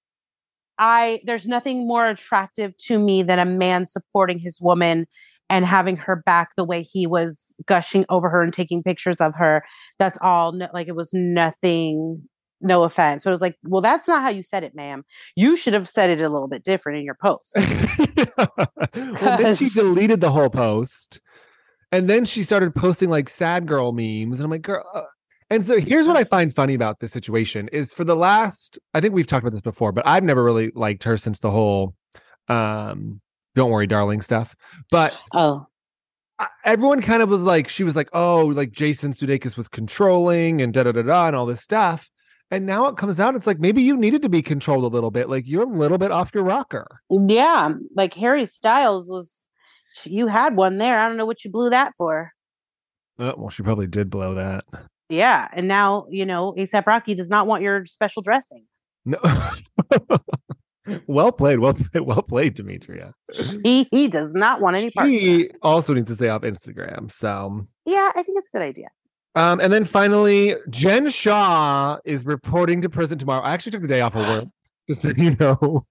Speaker 2: i there's nothing more attractive to me than a man supporting his woman and having her back the way he was gushing over her and taking pictures of her that's all no, like it was nothing no offense but it was like well that's not how you said it ma'am you should have said it a little bit different in your post
Speaker 1: well, then she
Speaker 2: Because-
Speaker 1: deleted the whole post, and then she started posting like sad girl memes, and I'm like, girl. Uh. And so here's what I find funny about this situation is for the last, I think we've talked about this before, but I've never really liked her since the whole, um, don't worry, darling stuff. But
Speaker 2: oh
Speaker 1: I- everyone kind of was like, she was like, oh, like Jason Sudeikis was controlling and da da da da and all this stuff. And now it comes out, it's like maybe you needed to be controlled a little bit. Like you're a little bit off your rocker.
Speaker 2: yeah like harry styles was you had one there i don't know what you blew that for
Speaker 1: Uh, well, she probably did blow that.
Speaker 2: yeah and now you know asap rocky does not want your special dressing
Speaker 1: No. well played, well played, well played, Demetria.
Speaker 2: he he does not want any part. of that.
Speaker 1: She also needs to stay off Instagram. So,
Speaker 2: Yeah, I think it's a good idea.
Speaker 1: um, and then finally, Jen Shaw is reporting to prison tomorrow. I actually took the day off of work, just so you know.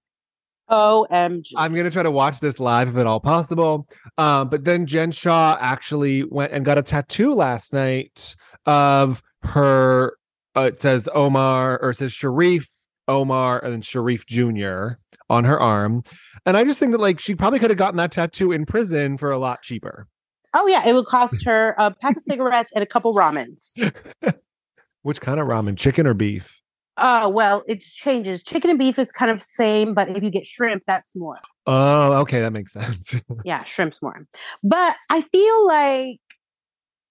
Speaker 2: OMG.
Speaker 1: I'm gonna try to watch this live if at all possible. Um, but then Jen Shaw actually went and got a tattoo last night of her. Uh, it says Omar or it says Sharif Omar and then Sharif Jr. on her arm, and I just think that like she probably could have gotten that tattoo in prison for a lot cheaper.
Speaker 2: oh yeah, it would cost her a pack of cigarettes and a couple ramens.
Speaker 1: Which kind of ramen, chicken or beef?
Speaker 2: Uh well, it changes. Chicken and beef is kind of same, but if you get shrimp, that's more.
Speaker 1: Oh, okay, that makes sense.
Speaker 2: Yeah, shrimp's more. But I feel like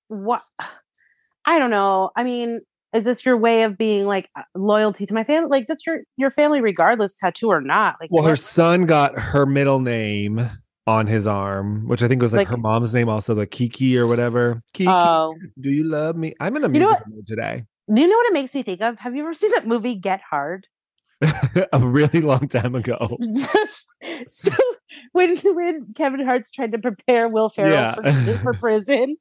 Speaker 2: what I don't know. I mean, is this your way of being like uh, loyalty to my family? Like that's your your family regardless tattoo or not. Like
Speaker 1: well, her
Speaker 2: what-
Speaker 1: son got her middle name on his arm, which I think was like,
Speaker 2: Like-
Speaker 1: her mom's name, also the Kiki or whatever. Kiki.
Speaker 2: Oh,
Speaker 1: Do you love me? I'm in a
Speaker 2: You know
Speaker 1: music mood today.
Speaker 2: you know what it makes me think of? Have you ever seen that movie Get Hard?
Speaker 1: a really long time ago.
Speaker 2: so when when Kevin Hart's trying to prepare Will Ferrell
Speaker 1: Yeah.
Speaker 2: for, for prison,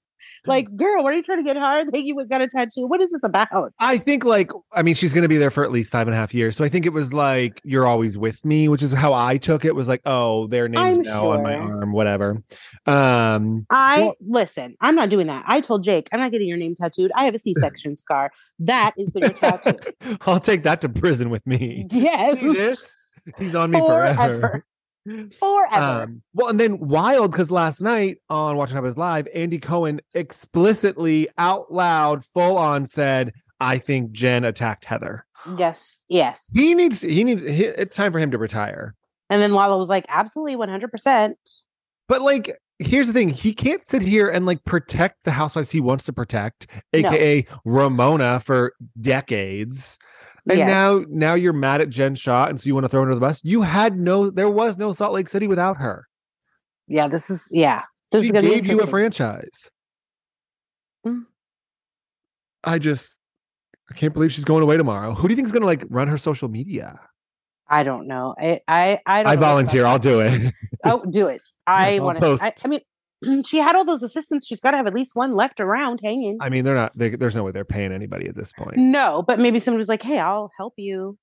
Speaker 2: like, girl, what are you trying to get hard? Think you got a tattoo? What is this about?
Speaker 1: I think like I mean she's gonna be there for at least five and a half years. So I think it was like you're always with me, which is how I took it. Was like oh their name's
Speaker 2: I'm
Speaker 1: now on my
Speaker 2: sure.
Speaker 1: arm, whatever. Um,
Speaker 2: I
Speaker 1: Well-
Speaker 2: listen. I'm not doing that. I told Jake, I'm not getting your name tattooed. I have a C-section scar. That is the your tattoo.
Speaker 1: I'll take that to prison with me. See
Speaker 2: Yes,
Speaker 1: this? He's on me forever.
Speaker 2: forever, forever.
Speaker 1: Um, well, and then wild because last night on Watch What Happens Live, Andy Cohen explicitly, out loud, full on said, "I think Jen attacked Heather."
Speaker 2: yes, yes.
Speaker 1: He needs. He needs. He, it's time for him to retire.
Speaker 2: And then Lala was like, absolutely, 100. percent
Speaker 1: But like, here's the thing: he can't sit here and like protect the housewives he wants to protect, aka Ramona, for decades. And
Speaker 2: Yes.
Speaker 1: now, now you're mad at Jen Shaw, and so you want to throw her under the bus. You had no. There was no Salt Lake City without her.
Speaker 2: Yeah, this is yeah. This
Speaker 1: she
Speaker 2: is gonna
Speaker 1: gave
Speaker 2: be
Speaker 1: you a
Speaker 2: interesting.
Speaker 1: franchise.
Speaker 2: Mm.
Speaker 1: I just I can't believe she's going away tomorrow. Who do you think is going to like run her social media?
Speaker 2: I don't know. I I I, don't
Speaker 1: I
Speaker 2: know about
Speaker 1: volunteer.
Speaker 2: that.
Speaker 1: I'll do it.
Speaker 2: Oh, do it. I
Speaker 1: I'll
Speaker 2: want to. I,
Speaker 1: post.
Speaker 2: I mean, she had all those assistants. She's got to have at least one left around hanging.
Speaker 1: I mean, they're not. They, there's no way they're paying anybody at this point.
Speaker 2: no, but maybe someone was like, "Hey, I'll help you."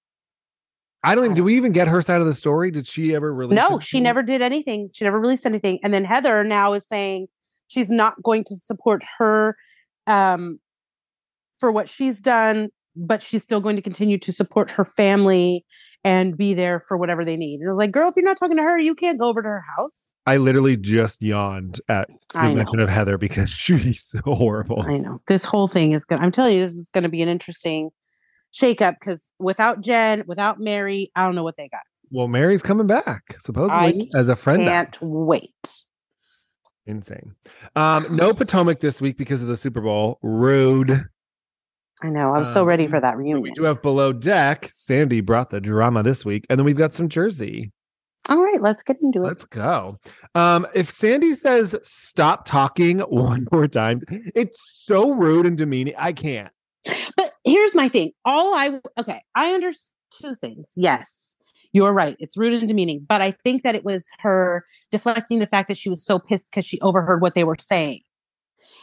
Speaker 1: I don't even. Do we even get her side of the story? Did she ever release?
Speaker 2: Oh. no,
Speaker 1: it?
Speaker 2: she never did anything. She never released anything. And then Heather now is saying she's not going to support her um, for what she's done, but she's still going to continue to support her family and be there for whatever they need. And I was like, "Girl, if you're not talking to her, you can't go over to her house."
Speaker 1: I literally just yawned at the
Speaker 2: I know.
Speaker 1: mention of Heather because she's so horrible.
Speaker 2: I know this whole thing is gonna. I'm telling you, this is gonna be an interesting shakeup because without Jen, without Mary, I don't know what they got.
Speaker 1: Well, Mary's coming back supposedly as a friend. act.
Speaker 2: Can't wait.
Speaker 1: Insane. Um, no Potomac this week because of the Super Bowl. Rude.
Speaker 2: I know. I'm so
Speaker 1: Um,
Speaker 2: ready for that
Speaker 1: We
Speaker 2: reunion.
Speaker 1: do have below deck. Sandy brought the drama this week, and then we've got some Jersey.
Speaker 2: All right, let's get into it.
Speaker 1: Let's go. Um, if Sandy says stop talking one more time, it's so rude and demeaning. I can't.
Speaker 2: But here's my thing. All I okay, I understand two things. Yes, you're right. It's rude and demeaning, but I think that it was her deflecting the fact that she was so pissed because she overheard what they were saying.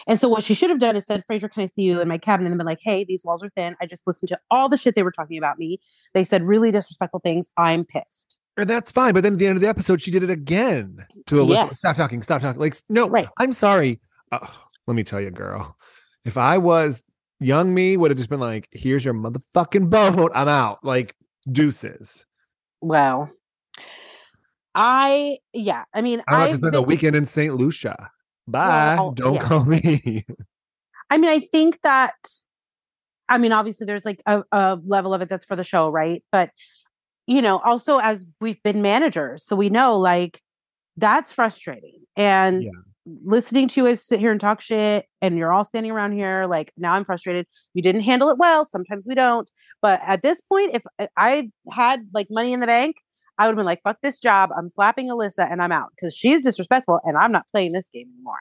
Speaker 2: And so what she should have done is said, Fraser, can I see you in my cabinet? And been like, hey, these walls are thin. I just listened to all the shit they were talking about me. They said really disrespectful things. I'm pissed.
Speaker 1: And that's fine. But then at the end of the episode, she did it again to Alyssa.
Speaker 2: Yes.
Speaker 1: Stop talking. Stop talking. Like, no,
Speaker 2: Right.
Speaker 1: I'm sorry. Uh, let me tell you, girl. If I was young, me would have just been like, here's your motherfucking boat. I'm out. Like, deuces.
Speaker 2: Wow. I yeah, I mean
Speaker 1: I'm about to
Speaker 2: I've
Speaker 1: spend a
Speaker 2: been-
Speaker 1: weekend in St. Lucia. Bye.
Speaker 2: Well,
Speaker 1: Don't
Speaker 2: yeah.
Speaker 1: call me.
Speaker 2: I mean, I think that, I mean, obviously there's like a, a level of it that's for the show, right? But, you know, also as we've been managers, so we know like that's frustrating. And listening to you guys sit here and talk shit and you're all standing around here, like, now I'm frustrated. You didn't handle it well. Sometimes we don't. But at this point, if I- I had like money in the bank, I would have been like, fuck this job. I'm slapping Alyssa and I'm out because she's disrespectful and I'm not playing this game anymore.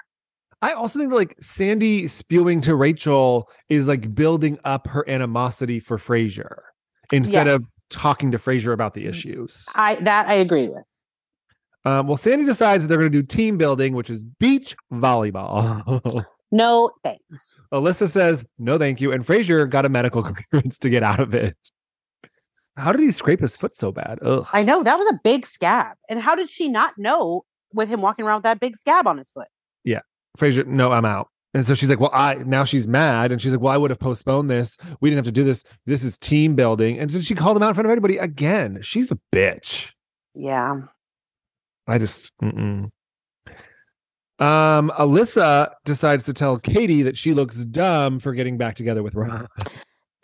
Speaker 1: I also think that like Sandy spewing to Rachel is like building up her animosity for Frasier instead of
Speaker 2: Yes. Mm.
Speaker 1: talking to Frasier about the issues.
Speaker 2: I that I agree with.
Speaker 1: Um, well, Sandy decides that they're going to do team building, which is beach volleyball.
Speaker 2: No thanks.
Speaker 1: Alyssa says, no, thank you. And Frazier got a medical clearance to get out of it. How did he scrape his foot so bad? Ugh.
Speaker 2: I know that was a big scab. And how did she not know with him walking around with that big scab on his foot?
Speaker 1: Frazier, no, I'm out. And so she's like, well, I now she's mad. And she's like, well, I would have postponed this. We didn't have to do this. This is team building. And then she called him out in front of everybody again. She's a bitch.
Speaker 2: Yeah.
Speaker 1: I just, mm-mm. Um, Alyssa decides to tell Katie that she looks dumb for getting back together with Ron.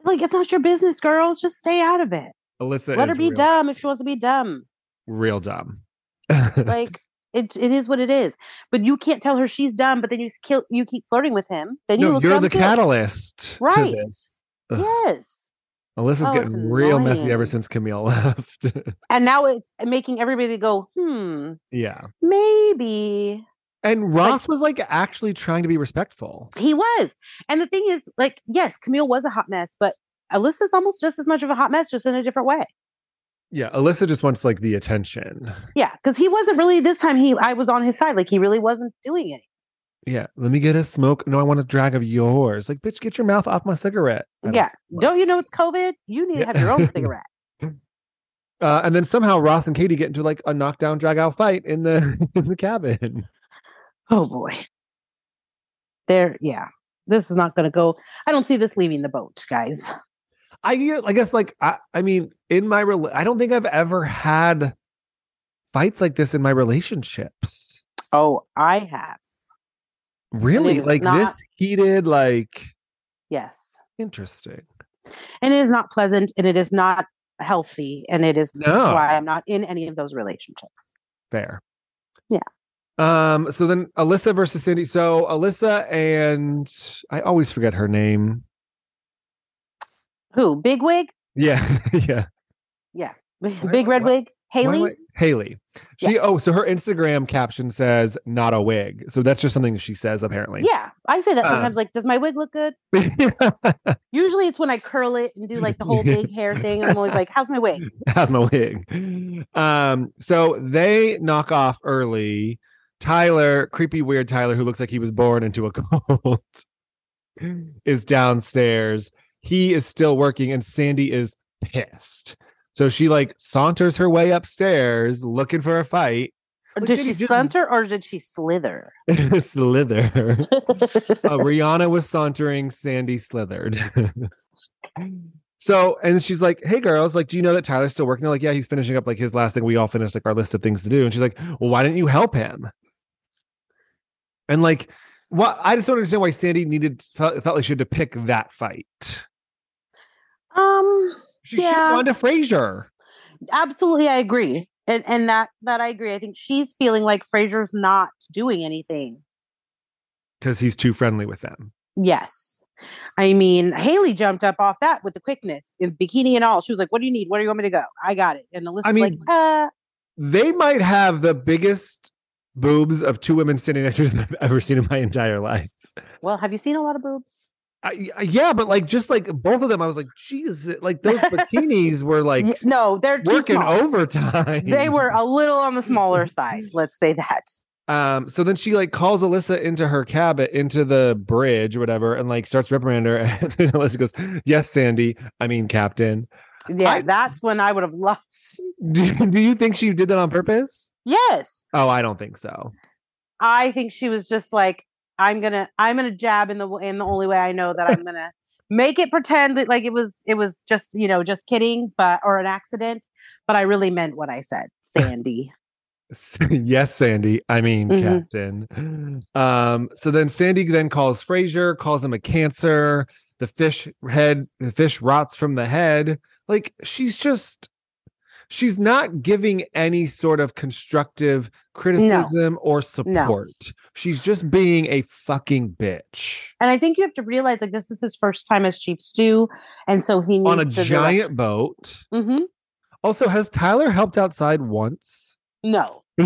Speaker 2: Like it's not your business, girls. Just stay out of it.
Speaker 1: Alyssa,
Speaker 2: Let her
Speaker 1: is
Speaker 2: be
Speaker 1: real,
Speaker 2: dumb if she wants to be dumb.
Speaker 1: Real dumb.
Speaker 2: Like it it is what it is. But you can't tell her she's dumb, but then you s- kill you keep flirting with him. Then you
Speaker 1: no,
Speaker 2: look
Speaker 1: you're
Speaker 2: dumb
Speaker 1: the
Speaker 2: too.
Speaker 1: catalyst
Speaker 2: Right.
Speaker 1: to this. Ugh.
Speaker 2: Yes.
Speaker 1: Alyssa's
Speaker 2: Oh, it's
Speaker 1: getting real messy ever
Speaker 2: annoying.
Speaker 1: since Camille left.
Speaker 2: And now it's making everybody go, hmm,
Speaker 1: yeah.
Speaker 2: maybe.
Speaker 1: And Ross was like actually trying to be respectful.
Speaker 2: He was. And the thing is, like, yes, Camille was a hot mess, but Alyssa's almost just as much of a hot mess, just in a different way.
Speaker 1: Yeah. Alyssa just wants like the attention.
Speaker 2: Yeah, because he wasn't really this time. He I was on his side. Like he really wasn't doing it.
Speaker 1: Yeah. Let me get a smoke. No, I want a drag of yours. Like, bitch, get your mouth off my cigarette. I don't-
Speaker 2: Yeah. Don't you know it's COVID? You need
Speaker 1: Yeah.
Speaker 2: to have your own cigarette.
Speaker 1: Uh, and then somehow Ross and Katie get into like a knockdown, drag out fight in the in the cabin.
Speaker 2: Oh boy. There, yeah. This is not gonna go. I don't see this leaving the boat, guys.
Speaker 1: I gue- I guess like I, I mean in my rela- I don't think I've ever had fights like this in my relationships.
Speaker 2: Oh, I have.
Speaker 1: Really?
Speaker 2: is
Speaker 1: Like
Speaker 2: not-
Speaker 1: this heated, like
Speaker 2: Yes.
Speaker 1: interesting.
Speaker 2: And it is not pleasant and it is not healthy. And it is
Speaker 1: No.
Speaker 2: why I'm not in any of those relationships.
Speaker 1: Fair.
Speaker 2: Yeah.
Speaker 1: Um, so then Alyssa versus Sandy. So Alyssa and I always forget her name.
Speaker 2: Who? Big wig?
Speaker 1: Yeah. yeah.
Speaker 2: Big red
Speaker 1: why-
Speaker 2: wig?
Speaker 1: Why
Speaker 2: Haley?
Speaker 1: would- Haley. She oh, so her Instagram caption says "not a wig," so that's just something she says apparently.
Speaker 2: Yeah, I say that
Speaker 1: Uh.
Speaker 3: Um,
Speaker 2: sometimes. Like, does my wig look good?
Speaker 1: Yeah.
Speaker 2: Usually, it's when I curl it and do like the whole big hair thing. And I'm always like, "How's my wig?"
Speaker 1: How's my wig? Um, so they knock off early. Tyler, creepy, weird Tyler, who looks like he was born into a cult, is downstairs. He is still working, and Sandy is pissed. So she like saunters her way upstairs looking for a fight.
Speaker 2: Or
Speaker 1: Like,
Speaker 2: did
Speaker 1: Sadie
Speaker 2: she
Speaker 1: Jewel-
Speaker 2: saunter or did she slither?
Speaker 1: Slither. uh, Rihanna was sauntering, Sandy slithered. so, and she's like, Hey girls, like, do you know that Tyler's still working? They're like, yeah, he's finishing up like his last thing. We all finished like our list of things to do. And she's like, Well, why didn't you help him? And like, what I just don't understand why Sandy needed felt, felt like she had to pick that fight.
Speaker 2: um,
Speaker 1: She should
Speaker 2: Yeah.
Speaker 1: have gone to Frasier.
Speaker 2: absolutely, I agree, and and that that I agree. I think she's feeling like Fraser's not doing anything.
Speaker 1: Because he's too friendly with them.
Speaker 2: Yes, I mean Haley jumped up off that with the quickness in bikini and all. She was like, "What do you need? Where do you want me to go? I got it." And Alyssa's like,
Speaker 1: mean-
Speaker 2: "Uh,
Speaker 1: They might have the biggest boobs of two women standing next to each other I've ever seen in my entire life.
Speaker 2: well, have you seen a lot of boobs?"
Speaker 1: I, I- yeah, but like just like both of them, I was like, geez, like those bikinis were like
Speaker 2: Y- no, they're too
Speaker 1: working
Speaker 2: small.
Speaker 1: overtime.
Speaker 2: They were a little on the smaller side. Let's say that.
Speaker 1: Um, so then she like calls Alyssa into her cabin, into the bridge or whatever, and like starts reprimanding her. And then Alyssa goes, "Yes, Sandy. I mean, Captain.
Speaker 2: Yeah,
Speaker 1: I-
Speaker 2: that's when I would have lost.
Speaker 1: Do, do you think she did that on purpose?
Speaker 2: Yes.
Speaker 1: Oh, I don't think so.
Speaker 2: I think she was just like, I'm gonna, I'm gonna jab in the w- in the only way I know that I'm gonna make it pretend that like it was, it was just you know just kidding, but or an accident. But I really meant what I said, Sandy.
Speaker 1: yes, Sandy. I mean,
Speaker 2: Mhm.
Speaker 1: Captain. Um, so then Sandy then calls Frazier, calls him a cancer. The fish head, the fish rots from the head. Like she's just, she's not giving any sort of constructive criticism or support. She's just being a fucking bitch
Speaker 2: and I think you have to realize like this is his first time as chief stew, and so he needs
Speaker 1: on a
Speaker 2: to
Speaker 1: giant boat.
Speaker 2: hmm
Speaker 1: Also, has Tyler helped outside once?
Speaker 2: No, they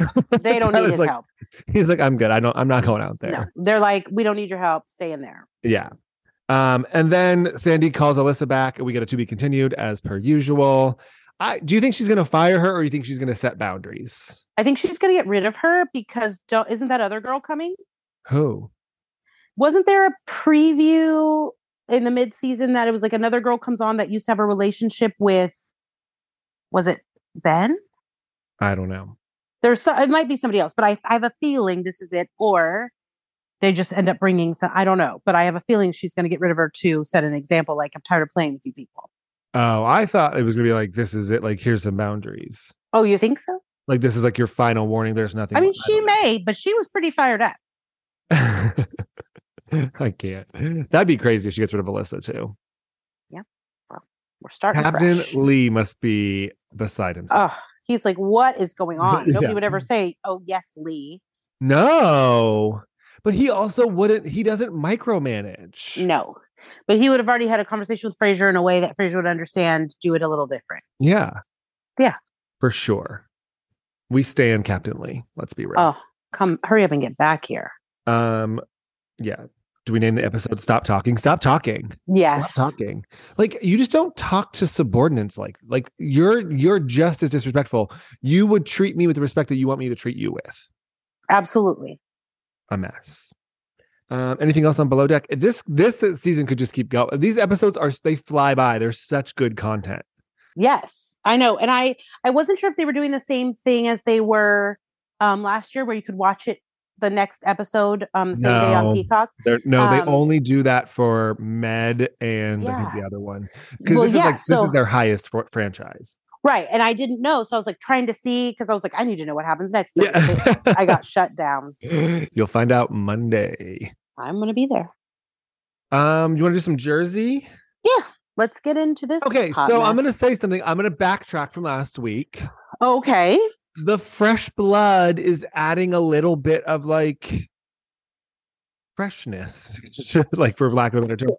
Speaker 2: don't need
Speaker 1: Tyler's
Speaker 2: his
Speaker 1: like,
Speaker 2: help.
Speaker 1: He's like, I'm good. I don't. I'm not going out there.
Speaker 2: No, they're like, we don't need your help. Stay in there.
Speaker 1: Yeah. Um, and then Sandy calls Alyssa back, and we get a to be continued as per usual. I, do you think she's going to fire her, or do you think she's going to set boundaries?
Speaker 2: I think she's gonna get rid of her because don't isn't that other girl coming?
Speaker 1: Who?
Speaker 2: wasn't there a preview in the mid-season that it was like another girl comes on that used to have a relationship with was it ben
Speaker 1: I don't know.
Speaker 2: there's so, it might be somebody else but I, I have a feeling this is it or they just end up bringing some i don't know but i have a feeling she's going to get rid of her to set an example like i'm tired of playing with you people
Speaker 1: Oh, I thought it was going to be like this is it. Like here's some boundaries.
Speaker 2: oh you think so
Speaker 1: Like this is like your final warning. There's nothing.
Speaker 2: i mean
Speaker 1: don't
Speaker 2: she
Speaker 1: know.
Speaker 2: may but she was pretty fired up
Speaker 1: I can't. That'd be crazy if she gets rid of Alyssa too.
Speaker 2: we're starting
Speaker 1: Captain
Speaker 2: fresh.
Speaker 1: Lee must be beside himself.
Speaker 2: oh he's like what is going on nobody
Speaker 1: Yeah.
Speaker 2: would ever say oh yes lee
Speaker 1: no, but he also wouldn't. He doesn't micromanage.
Speaker 2: No, but he would have already had a conversation with Fraser in a way that Fraser would understand. Do it a little different.
Speaker 1: Yeah.
Speaker 2: Yeah.
Speaker 1: For sure. We stay in Captain Lee. Let's be real.
Speaker 2: Oh, come, hurry up and get back here.
Speaker 1: Um, yeah. Do we name the episode Stop Talking? Stop talking.
Speaker 2: Yes,
Speaker 1: Stop talking. Like you just don't talk to subordinates like like you're you're just as disrespectful. You would treat me with the respect that you want me to treat you with.
Speaker 2: absolutely.
Speaker 1: A mess. Um, anything else on below deck? This this season could just keep going. These episodes are they fly by. They're such good content.
Speaker 2: Yes, I know. And I, I wasn't sure if they were doing the same thing as they were um, last year, where you could watch it the next episode um, the same day
Speaker 1: No.
Speaker 2: on Peacock.
Speaker 1: They're, no, they
Speaker 2: Um,
Speaker 1: only do that for Med and I think
Speaker 2: Yeah.
Speaker 1: the other one. Because
Speaker 2: Well,
Speaker 1: this, is
Speaker 2: yeah.
Speaker 1: like,
Speaker 2: so
Speaker 1: this is their highest fr- franchise.
Speaker 2: right, and I didn't know, so I was like trying to see because I was like, I need to know what happens next. But they- I
Speaker 1: Yeah.
Speaker 2: got shut down.
Speaker 1: You'll find out Monday.
Speaker 2: I'm gonna be there.
Speaker 1: Um, you want to do some Jersey?
Speaker 2: Yeah, let's get into this.
Speaker 1: Okay,
Speaker 2: hot
Speaker 1: so I'm
Speaker 2: mess.
Speaker 1: going to say something. I'm going to backtrack from last week.
Speaker 2: Okay.
Speaker 1: The fresh blood is adding a little bit of like freshness, just like for lack of a better term.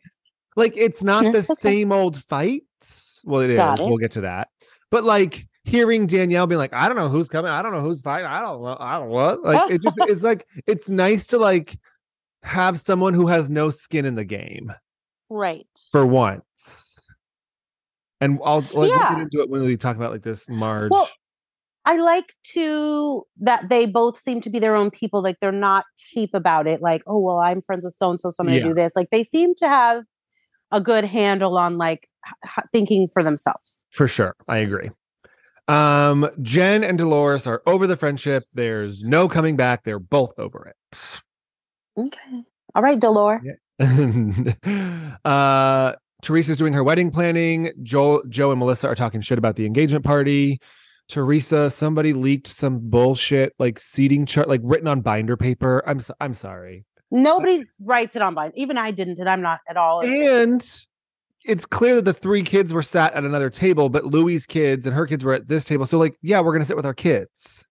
Speaker 1: Like it's not the
Speaker 2: Yes, okay.
Speaker 1: same old fights. Well, it is.
Speaker 2: Got it.
Speaker 1: We'll get to that. But like hearing Danielle being like, I don't know who's coming, I don't know who's fighting, I don't know, I don't what. Like it just it's like it's nice to like have someone who has no skin in the game
Speaker 2: Right.
Speaker 1: for once. And I'll like, we'll
Speaker 2: Yeah.
Speaker 1: get into it when we talk about like this Marge.
Speaker 2: Well, I like to that they both seem to be their own people. Like they're not cheap about it. Like, oh well, I'm friends with so and so, so I'm going to
Speaker 1: Yeah.
Speaker 2: do this. Like they seem to have a good handle on like h- h- thinking for themselves.
Speaker 1: For sure. I agree. Um, Jen and Dolores are over the friendship. There's no coming back. They're both over it.
Speaker 2: Okay. All right, Delore.
Speaker 1: uh, Teresa's doing her wedding planning. Joel, Joe and Melissa are talking shit about the engagement party. Teresa, somebody leaked some bullshit like seating chart, like written on binder paper. I'm so- I'm sorry.
Speaker 2: Nobody writes it online. Even I didn't, and I'm not at all.
Speaker 1: And it's clear that the three kids were sat at another table, but Louie's kids and her kids were at this table. So like, yeah, we're gonna sit with our kids.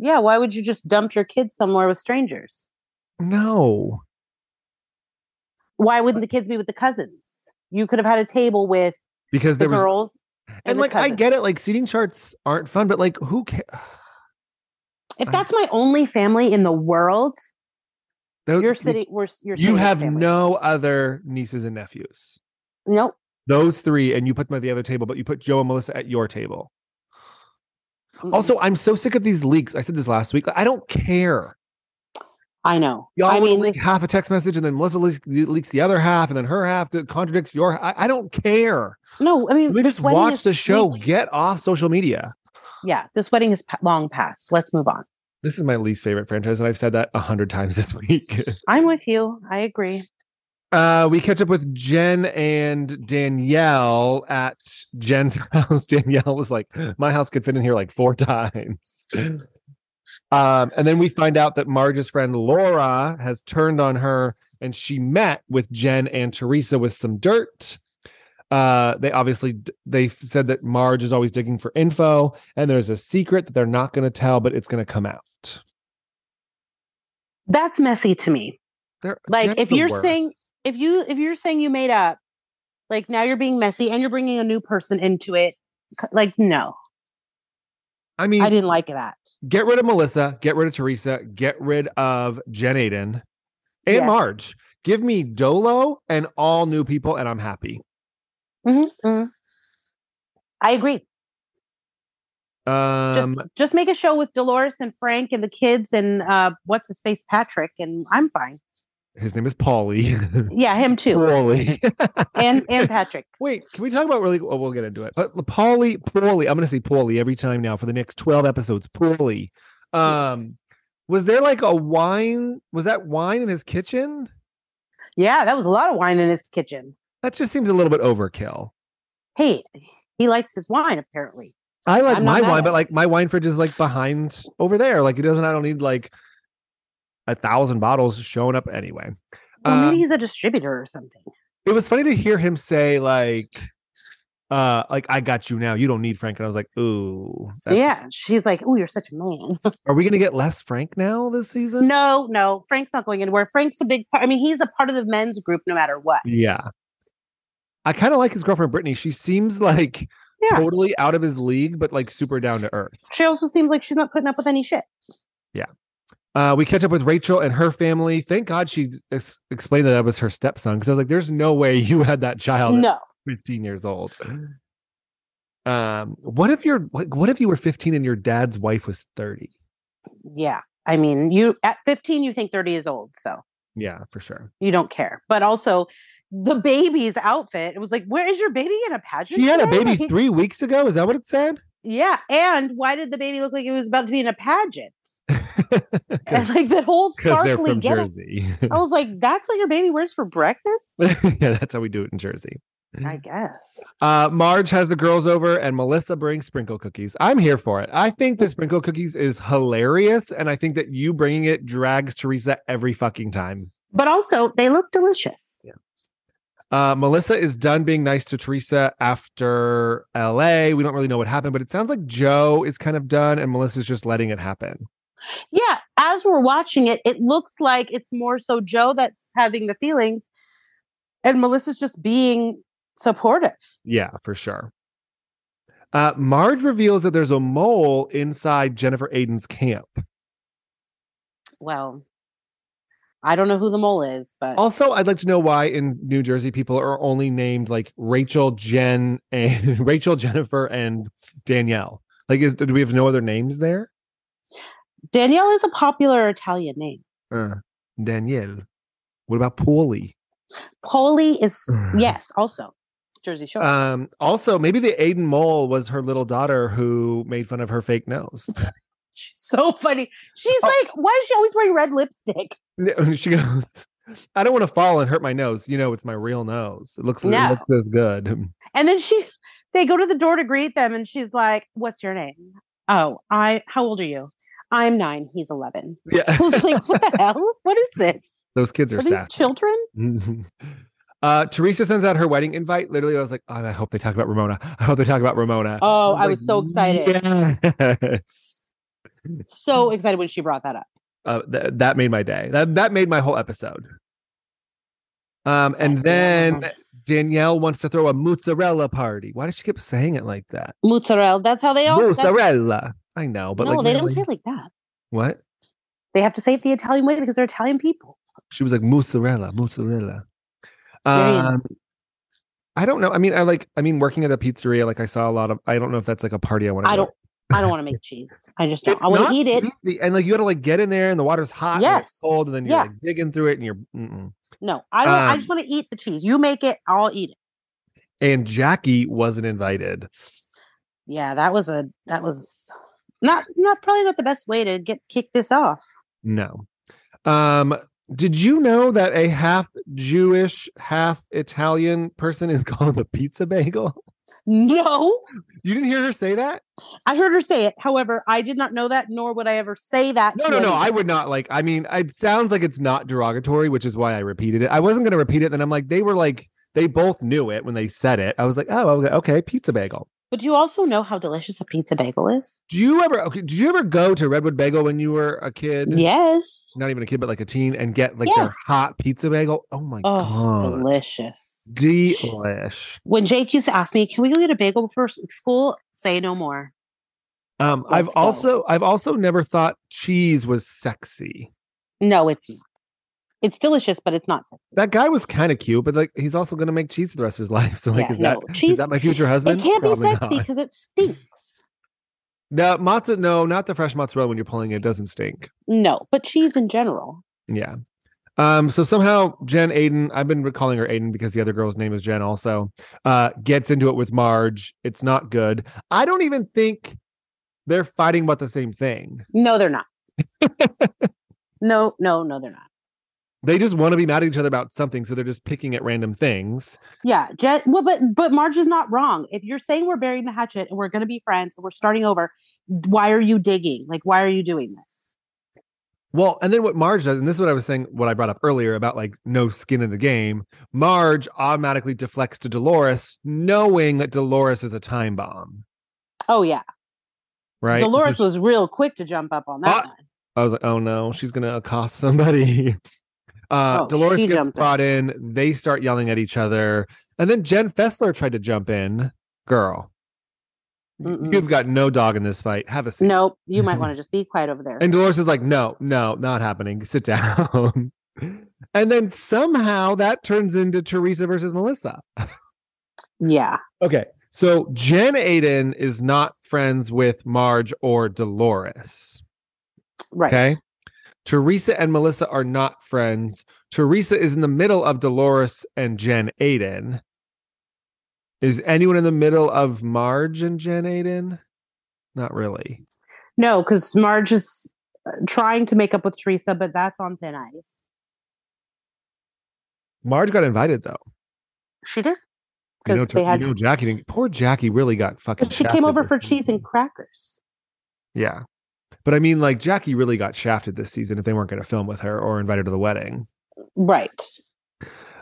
Speaker 2: Yeah. Why would you just dump your kids somewhere with strangers?
Speaker 1: No.
Speaker 2: Why wouldn't the kids be with the cousins? You could have had a table with
Speaker 1: because
Speaker 2: the
Speaker 1: there was
Speaker 2: girls.
Speaker 1: and
Speaker 2: the
Speaker 1: like I
Speaker 2: cousins.
Speaker 1: get it, like seating charts aren't fun, but like who cares?
Speaker 2: If
Speaker 1: I-
Speaker 2: that's my only family in the world, you're sitting. We're s- you're. sitting
Speaker 1: You
Speaker 2: with
Speaker 1: have
Speaker 2: family.
Speaker 1: no other nieces and nephews.
Speaker 2: Nope.
Speaker 1: Those three, and you put them at the other table, but you put Joe and Melissa at your table.
Speaker 2: Mm-mm.
Speaker 1: Also, I'm so sick of these leaks. I said this last week. Like, I don't care.
Speaker 2: I know.
Speaker 1: Y'all
Speaker 2: I
Speaker 1: want
Speaker 2: mean,
Speaker 1: to leak
Speaker 2: this-
Speaker 1: half a text message, and then Melissa leaks, leaks the other half, and then her half that contradicts your. I, I don't care.
Speaker 2: no, I mean,
Speaker 1: We
Speaker 2: this
Speaker 1: just
Speaker 2: wedding
Speaker 1: watch
Speaker 2: is
Speaker 1: the show.
Speaker 2: really-
Speaker 1: Get off social media.
Speaker 2: yeah, this wedding is pa- long past. Let's move on.
Speaker 1: This is my least favorite franchise, and I've said that a hundred times this week.
Speaker 2: I'm with you. I agree.
Speaker 1: Uh, we catch up with Jen and Danielle at Jen's house. Danielle was like, "My house could fit in here like four times." Um, and then we find out that Marge's friend Laura has turned on her, and she met with Jen and Teresa with some dirt. Uh, they obviously d- they said that Marge is always digging for info, and there's a secret that they're not going to tell, but it's going to come out.
Speaker 2: That's messy to me.
Speaker 1: They're,
Speaker 2: Like,
Speaker 1: Jen's
Speaker 2: if
Speaker 1: the
Speaker 2: you're saying-
Speaker 1: worst.
Speaker 2: If you if you're saying you made up, like now you're being messy and you're bringing a new person into it. C- Like no,
Speaker 1: I mean,
Speaker 2: I didn't like that.
Speaker 1: get rid of Melissa, get rid of Teresa, get rid of Jen Aiden and
Speaker 2: Yeah.
Speaker 1: Marge. Give me Dolo and all new people, and I'm happy.
Speaker 2: Mhm, mhm. I agree. Just
Speaker 1: Um,
Speaker 2: just make a show with Dolores and Frank and the kids and uh, what's his face Patrick and I'm fine.
Speaker 1: his name is Paulie.
Speaker 2: Yeah, him too.
Speaker 1: Paulie.
Speaker 2: and and Patrick.
Speaker 1: Wait, can we talk about really? Oh, we'll get into it. But Paulie, Paulie, I'm going to say Paulie every time now for the next 12 episodes. Paulie. Um, was there like a wine? Was that wine in his kitchen?
Speaker 2: Yeah, that was a lot of wine in his kitchen.
Speaker 1: That just seems a little bit overkill.
Speaker 2: hey, he likes his wine apparently.
Speaker 1: I like
Speaker 2: I'm not
Speaker 1: my
Speaker 2: mad
Speaker 1: wine,
Speaker 2: at
Speaker 1: but
Speaker 2: it.
Speaker 1: like my wine fridge is like behind over there. Like it doesn't. I don't need like a thousand bottles showing up anyway.
Speaker 2: Well,
Speaker 1: Um,
Speaker 2: maybe he's a distributor or something.
Speaker 1: It was funny to hear him say like, uh, like I got you now. You don't need Frank. And I was like, ooh, that's-
Speaker 2: yeah, she's like, "Oh, you're such a man."
Speaker 1: Are we gonna get less Frank now this season?
Speaker 2: no, no, Frank's not going anywhere. Frank's a big part. I mean, he's a part of the men's group no matter what.
Speaker 1: Yeah. I kind of like his girlfriend Brittany. She seems like
Speaker 2: Yeah.
Speaker 1: totally out of his league, but like super down to earth.
Speaker 2: She also seems like she's not putting up with any shit.
Speaker 1: Uh, we catch up with Rachel and her family. Thank God she ex- explained that that was her stepson because I was like, "There's no way you had that child at
Speaker 2: no,
Speaker 1: 15 years old." Um, what if your like, what if you were 15 and your dad's wife was 30?
Speaker 2: yeah. I mean, you at 15, you think 30 is old, so
Speaker 1: Yeah, for sure.
Speaker 2: you don't care. But also, the baby's outfit. It was like, where is your baby in a pageant?
Speaker 1: She had a
Speaker 2: today?"
Speaker 1: baby
Speaker 2: Like,
Speaker 1: three weeks ago. Is that what it said?
Speaker 2: Yeah, and why did the baby look like it was about to be in a pageant? And like that whole
Speaker 1: Because they're
Speaker 2: sparkly
Speaker 1: from
Speaker 2: getup.
Speaker 1: Jersey.
Speaker 2: I was like, that's what your baby wears for breakfast?
Speaker 1: yeah, that's how we do it in Jersey.
Speaker 2: I guess.
Speaker 1: Uh, Marge has the girls over, and Melissa brings sprinkle cookies. I'm here for it. I think the sprinkle cookies is hilarious, and I think that you bringing it drags Teresa every fucking time.
Speaker 2: But also, they look delicious.
Speaker 1: Uh, Melissa is done being nice to Teresa after LA. We don't really know what happened, but it sounds like Joe is kind of done, and Melissa's just letting it happen.
Speaker 2: Yeah. As we're watching it, it looks like it's more so Joe that's having the feelings and Melissa's just being supportive.
Speaker 1: Yeah, for sure. Uh, Marge reveals that there's a mole inside Jennifer Aiden's camp.
Speaker 2: Well, I don't know who the mole is, but
Speaker 1: Also, I'd like to know why in New Jersey people are only named like Rachel, Jen, and Rachel, Jennifer, and Danielle. Like, is do we have no other names there?
Speaker 2: Danielle is a popular Italian name.
Speaker 1: Uh, Danielle. What about Paulie?
Speaker 2: Polly is yes, also Mm-hmm. Uh, Jersey Shore.
Speaker 1: Um, also, maybe the Aiden Mole was her little daughter who made fun of her fake nose.
Speaker 2: She's so funny. She's
Speaker 1: Oh.
Speaker 2: like, why is she always wearing red lipstick?
Speaker 1: she goes, I don't want to fall and hurt my nose. You know, it's my real nose. It looks, it
Speaker 2: No.
Speaker 1: looks as good.
Speaker 2: And then she, they go to the door to greet them, and she's like, "What's your name? Oh, I. How old are you? I'm nine. He's 11.
Speaker 1: Yeah.
Speaker 2: I was like, what the hell? What is this?
Speaker 1: Those kids are,
Speaker 2: Are
Speaker 1: sad.
Speaker 2: these children?
Speaker 1: uh, Teresa sends out her wedding invite. Literally, I was like, oh, I hope they talk about Ramona. I hope they talk about Ramona.
Speaker 2: Oh, I was so excited,
Speaker 1: excited. Yes.
Speaker 2: so excited when she brought that up.
Speaker 1: Uh, th- that made my day. That, that made my whole episode. Um, and
Speaker 2: That made my
Speaker 1: then Danielle wants to throw a mozzarella party. Why does she keep saying it like that?
Speaker 2: Mozzarella. That's how they all. that's-
Speaker 1: mozzarella. I know, but
Speaker 2: no,
Speaker 1: like,
Speaker 2: they don't
Speaker 1: really?
Speaker 2: say it like that.
Speaker 1: what?
Speaker 2: They have to say it the Italian way because they're Italian people.
Speaker 1: She was like mozzarella, mozzarella.
Speaker 2: very-
Speaker 1: Um, I don't know. I mean, I like. I mean, working at a pizzeria, like I saw a lot of. I don't know if that's like a party I want.
Speaker 2: I don't. I don't want to make cheese. I just don't. I want
Speaker 1: want
Speaker 2: to eat it.
Speaker 1: and like you got to like get in there, and the water's hot, and it's
Speaker 2: Yes.
Speaker 1: cold, and then you're
Speaker 2: Yeah.
Speaker 1: like digging through it, and you're. Mm-mm.
Speaker 2: No, I don't. I
Speaker 1: Um,
Speaker 2: just want to eat the cheese. You make it. I'll eat it.
Speaker 1: And Jackie wasn't invited.
Speaker 2: Yeah, that was a. That was not not probably not the best way to get kick this off.
Speaker 1: No. Um. Did you know that a half Jewish, half Italian person is called a pizza bagel?
Speaker 2: No,
Speaker 1: You didn't hear her say that?
Speaker 2: I heard her say it. However, I did not know that, nor would I ever say that.
Speaker 1: No,
Speaker 2: to
Speaker 1: no, no.
Speaker 2: anyone.
Speaker 1: I would not like. I mean, it sounds like it's not derogatory, which is why I repeated it. I wasn't going to repeat it. Then I'm like, they were like, they both knew it when they said it. I was like, oh, okay, okay, pizza bagel.
Speaker 2: But you also know how delicious a pizza bagel is.
Speaker 1: Do you ever? Okay, did you ever go to Redwood Bagel when you were a kid?
Speaker 2: Yes.
Speaker 1: Not even a kid, but like a teen, and get like their
Speaker 2: Yes.
Speaker 1: hot pizza bagel. Oh my
Speaker 2: Oh,
Speaker 1: god,
Speaker 2: delicious.
Speaker 1: delish.
Speaker 2: When Jake used to ask me, "Can we go get a bagel for s- school?" Say no more.
Speaker 1: Um, I've
Speaker 2: Let's go.
Speaker 1: also, I've also never thought cheese was sexy.
Speaker 2: No, it's not. It's delicious, but it's not sexy.
Speaker 1: That guy was kind of cute, but like he's also going to make cheese for the rest of his life. So like,
Speaker 2: Yeah,
Speaker 1: is that
Speaker 2: no,
Speaker 1: is
Speaker 2: cheese-
Speaker 1: that my future husband?
Speaker 2: it can't be
Speaker 1: Probably
Speaker 2: sexy
Speaker 1: not.
Speaker 2: because it stinks.
Speaker 1: The matzo, no, not the fresh mozzarella. When you're pulling it, it doesn't stink.
Speaker 2: No, but cheese in general.
Speaker 1: Yeah. Um. So somehow Jen Aiden, I've been recalling her Aiden because the other girl's name is Jen. Also, uh, gets into it with Marge. It's not good. I don't even think they're fighting about the same thing.
Speaker 2: No, they're not. no, no, no, they're not.
Speaker 1: They just want to be mad at each other about something, so they're just picking at random things.
Speaker 2: Yeah, Jet. Well, but but Marge is not wrong. If you're saying we're burying the hatchet and we're going to be friends and we're starting over, why are you digging? Like, why are you doing this?
Speaker 1: Well, and then what Marge does, and this is what I was saying, what I brought up earlier about like no skin in the game. Marge automatically deflects to Dolores, knowing that Dolores is a time bomb.
Speaker 2: Oh yeah,
Speaker 1: Right?
Speaker 2: Dolores
Speaker 1: So
Speaker 2: was real quick to jump up on that
Speaker 1: Ah,
Speaker 2: one.
Speaker 1: I was like, oh no, she's gonna accost somebody. Uh,
Speaker 2: Oh,
Speaker 1: Dolores
Speaker 2: she
Speaker 1: gets
Speaker 2: jumped in.
Speaker 1: brought in. They start yelling at each other, and then Jen Fessler tried to jump in. Girl,
Speaker 2: Mm-mm.
Speaker 1: you've got no dog in this fight. Have a seat.
Speaker 2: Nope, you might want to just be quiet over there.
Speaker 1: Mm-hmm. And Dolores is like, no, no, not happening. Sit down. and then somehow that turns into Teresa versus Melissa.
Speaker 2: yeah,
Speaker 1: Okay, so Jen Aiden is not friends with Marge or Dolores.
Speaker 2: right.
Speaker 1: Okay. Teresa and Melissa are not friends. Teresa is in the middle of Dolores and Jen Aiden. Is anyone in the middle of Marge and Jen Aiden? Not really.
Speaker 2: No, because Marge is uh, trying to make up with Teresa, but that's on thin ice.
Speaker 1: Marge got invited though.
Speaker 2: She did
Speaker 1: You know,
Speaker 2: because they
Speaker 1: Ter-
Speaker 2: had
Speaker 1: you know Jackie didn't. Poor Jackie really got fucking.
Speaker 2: But she came
Speaker 1: shafted
Speaker 2: over
Speaker 1: this
Speaker 2: for cheese
Speaker 1: season.
Speaker 2: and crackers.
Speaker 1: yeah, but I mean, like Jackie really got shafted this season if they weren't going to film with her or invite her to the wedding.
Speaker 2: Right.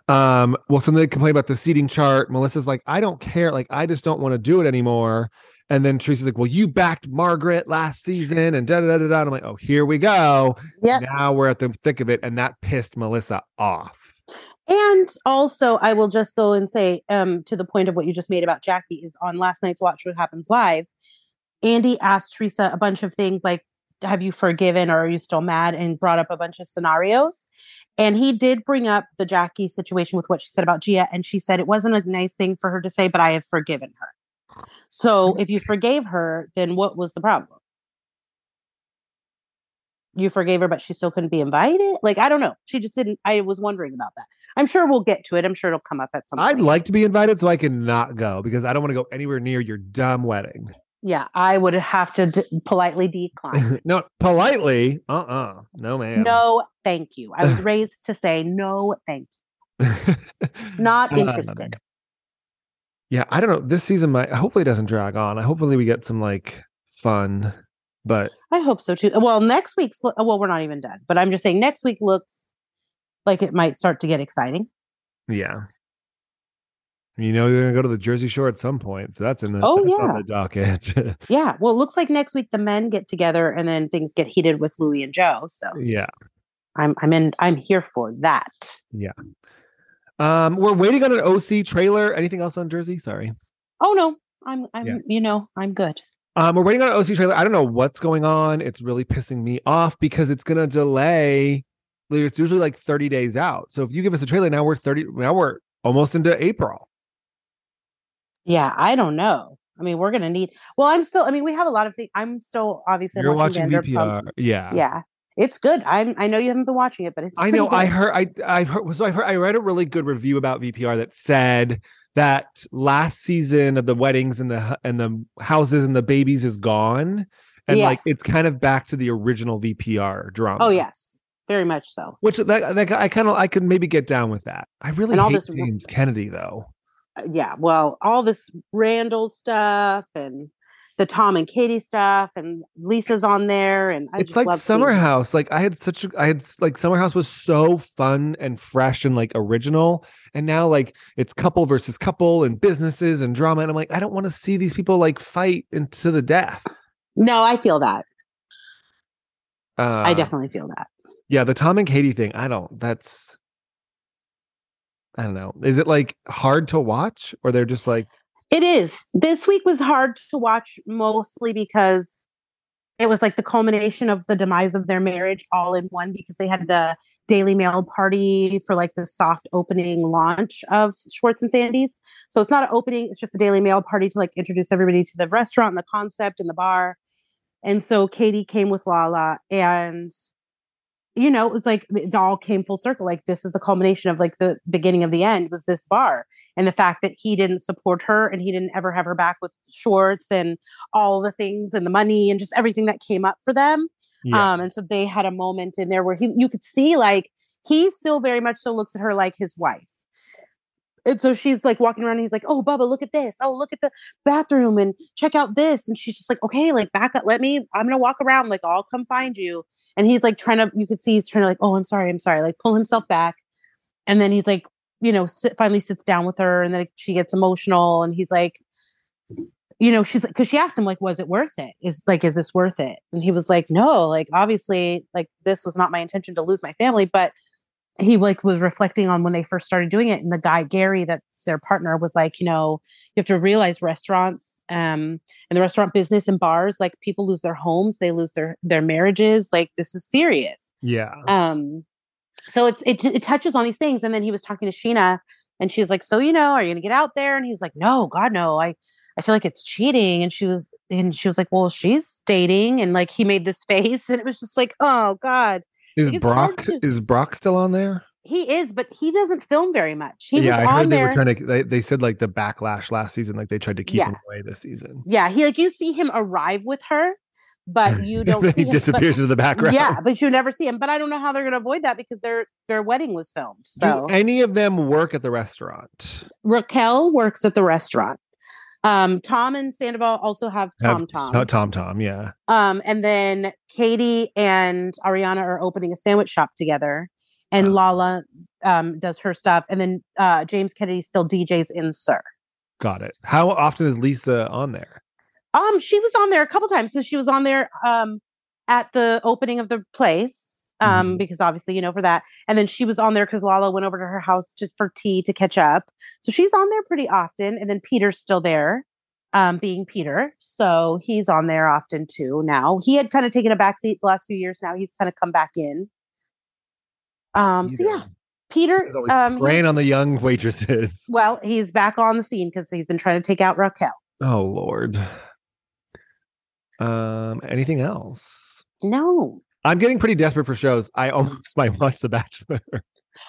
Speaker 1: Um, well, so they complain about the seating chart. Melissa's like, I don't care, like, I just don't want to do it anymore. And then Teresa's like, Well, you backed Margaret last season, and da da da da. da. And I'm like, Oh, here we go.
Speaker 2: Yep.
Speaker 1: Now we're at the thick of it, and that pissed Melissa off.
Speaker 2: And also, I will just go and say um, to the point of what you just made about Jackie is on last night's Watch What Happens Live. Andy asked Teresa a bunch of things like, Have you forgiven or are you still mad? and brought up a bunch of scenarios. And he did bring up the Jackie situation with what she said about Gia. And she said it wasn't a nice thing for her to say, but I have forgiven her. So if you forgave her, then what was the problem? You forgave her, but she still couldn't be invited? Like, I don't know. She just didn't. I was wondering about that. I'm sure we'll get to it. I'm sure it'll come up at some
Speaker 1: I'd
Speaker 2: point.
Speaker 1: like to be invited so I can not go because I don't want to go anywhere near your dumb wedding.
Speaker 2: yeah, I would have to d- politely decline.
Speaker 1: no, politely. Uh uh No, ma'am.
Speaker 2: No, thank you. I was raised to say no, thank you. Not
Speaker 1: Um,
Speaker 2: interested.
Speaker 1: yeah, I don't know. This season might hopefully it doesn't drag on. I hopefully we get some like fun, but
Speaker 2: I hope so too. Well, next week's lo- well, we're not even done, but I'm just saying next week looks like it might start to get exciting.
Speaker 1: yeah. You know you're gonna go to the Jersey Shore at some point, so that's in the
Speaker 2: Oh,
Speaker 1: that's on
Speaker 2: yeah.
Speaker 1: the docket.
Speaker 2: Yeah. Well, it looks like next week the men get together and then things get heated with Louie and Joe. So
Speaker 1: yeah.
Speaker 2: I'm I'm in I'm here for that.
Speaker 1: Um, we're waiting on an OC trailer. Anything else on Jersey? Sorry.
Speaker 2: Oh no, I'm I'm
Speaker 1: Yeah.
Speaker 2: you know, I'm good.
Speaker 1: Um, we're waiting on an OC trailer. I don't know what's going on. It's really pissing me off because it's gonna delay. like, It's usually like 30 days out. So if you give us a trailer now, we're 30. Now we're almost into April.
Speaker 2: Yeah, I don't know. I mean, we're gonna need well, I'm still I mean, we have a lot of things. I'm still obviously I'm
Speaker 1: You're watching
Speaker 2: Vanderpump.
Speaker 1: VPR. Yeah.
Speaker 2: yeah it's good i'm i know you haven't been watching it but it's
Speaker 1: I
Speaker 2: pretty
Speaker 1: know. I
Speaker 2: good.
Speaker 1: heard. I I've heard. So I heard. I read a really good review about VPR that said that last season of the weddings and the hu- and the houses and the babies is gone, and like
Speaker 2: Yes.
Speaker 1: it's kind of back to the original VPR drama.
Speaker 2: oh yes very much so
Speaker 1: Which that, that I kind of I could maybe get down with that. I really
Speaker 2: And all
Speaker 1: hate
Speaker 2: this-
Speaker 1: James Kennedy though.
Speaker 2: Uh, yeah well all this randall stuff and the tom and katie stuff and lisa's on there and I
Speaker 1: it's
Speaker 2: just
Speaker 1: like
Speaker 2: love seeing
Speaker 1: Summer
Speaker 2: it.
Speaker 1: House. Like I had such a I had s- like Summer House was so fun and fresh and like original. And now like it's couple versus couple and businesses and drama. And I'm like, I don't want to see these people like fight into the death.
Speaker 2: no i feel that
Speaker 1: Uh,
Speaker 2: i definitely feel that
Speaker 1: yeah, the Tom and Katie thing. I don't that's I don't know. Is it like hard to watch or they're just like
Speaker 2: it is this week was hard to watch mostly because it was like the culmination of the demise of their marriage all in one because they had the Daily Mail party for like the soft opening launch of Schwartz and Sandy's. So it's not an opening, it's just a Daily Mail party to like introduce everybody to the restaurant and the concept and the bar. And so Katie came with Lala and you know, it was like it all came full circle. Like this is the culmination of like the beginning of the end was this bar and the fact that he didn't support her and he didn't ever have her back with Schwartz and all the things and the money and just everything that came up for them.
Speaker 1: yeah.
Speaker 2: Um, and so they had a moment in there where he, you could see like he still very much so looks at her like his wife. And so she's like walking around and he's like, Oh, Bubba, look at this. Oh, look at the bathroom and check out this. And she's just like, Okay, like back up, let me, I'm gonna walk around, like, I'll come find you. And he's like trying to, you could see he's trying to like, oh, I'm sorry, I'm sorry, like pull himself back. And then he's like, you know, sit, finally sits down with her and then she gets emotional and he's like, you know, she's like, because she asked him, like, was it worth it? Is like, is this worth it? And he was like, no, like, obviously, like, this was not my intention to lose my family. But he, like, was reflecting on when they first started doing it. And the guy, Gary, that's their partner, was like, you know, you have to realize restaurants um, and the restaurant business and bars, like, people lose their homes, they lose their, their marriages. Like, this is serious
Speaker 1: yeah.
Speaker 2: um so it's it, it touches on these things and then he was talking to sheena and she's like so you know are you gonna get out there and he's like no god no i i feel like it's cheating and she was and she was like well she's dating and like he made this face and it was just like oh god
Speaker 1: Is
Speaker 2: it's hard
Speaker 1: Brock
Speaker 2: to-
Speaker 1: is Brock still on there?
Speaker 2: he is but he doesn't film very much he
Speaker 1: yeah,
Speaker 2: was
Speaker 1: I heard
Speaker 2: on
Speaker 1: they
Speaker 2: there
Speaker 1: were trying to. They, they said like the backlash last season, like they tried to keep
Speaker 2: Yeah.
Speaker 1: him away this season.
Speaker 2: yeah he like you see him arrive with her but you don't
Speaker 1: he
Speaker 2: see him but-
Speaker 1: disappears into the background.
Speaker 2: yeah but you never see him but i don't know how they're gonna avoid that because their their wedding was filmed so
Speaker 1: Do any of them work at the restaurant?
Speaker 2: Raquel works at the restaurant. Um, Tom and Sandoval also have
Speaker 1: Have-
Speaker 2: Tom Tom.
Speaker 1: so- Tom Tom. Yeah.
Speaker 2: Um, and then Katie and Ariana are opening a sandwich shop together, and
Speaker 1: Wow.
Speaker 2: Lala um, does her stuff, and then uh, James Kennedy still DJs in Sir.
Speaker 1: Got it. How often is Lisa on there?
Speaker 2: Um, she was on there a couple times. So she was on there um, at the opening of the place. um,
Speaker 1: Mm-hmm.
Speaker 2: because obviously, you know, for that. And then she was on there because Lala went over to her house to, for tea to catch up. So she's on there pretty often. And then Peter's still there, um, being Peter. So he's on there often too now. He had kind of taken a backseat the last few years. Now he's kind of come back in. Um, so yeah, Peter,
Speaker 1: He's always
Speaker 2: um, he's-
Speaker 1: preying on the young waitresses.
Speaker 2: well, he's back on the scene because he's been trying to take out Raquel.
Speaker 1: Oh Lord. Um, anything else?
Speaker 2: No.
Speaker 1: I'm getting pretty desperate for shows. I almost might watch The Bachelor.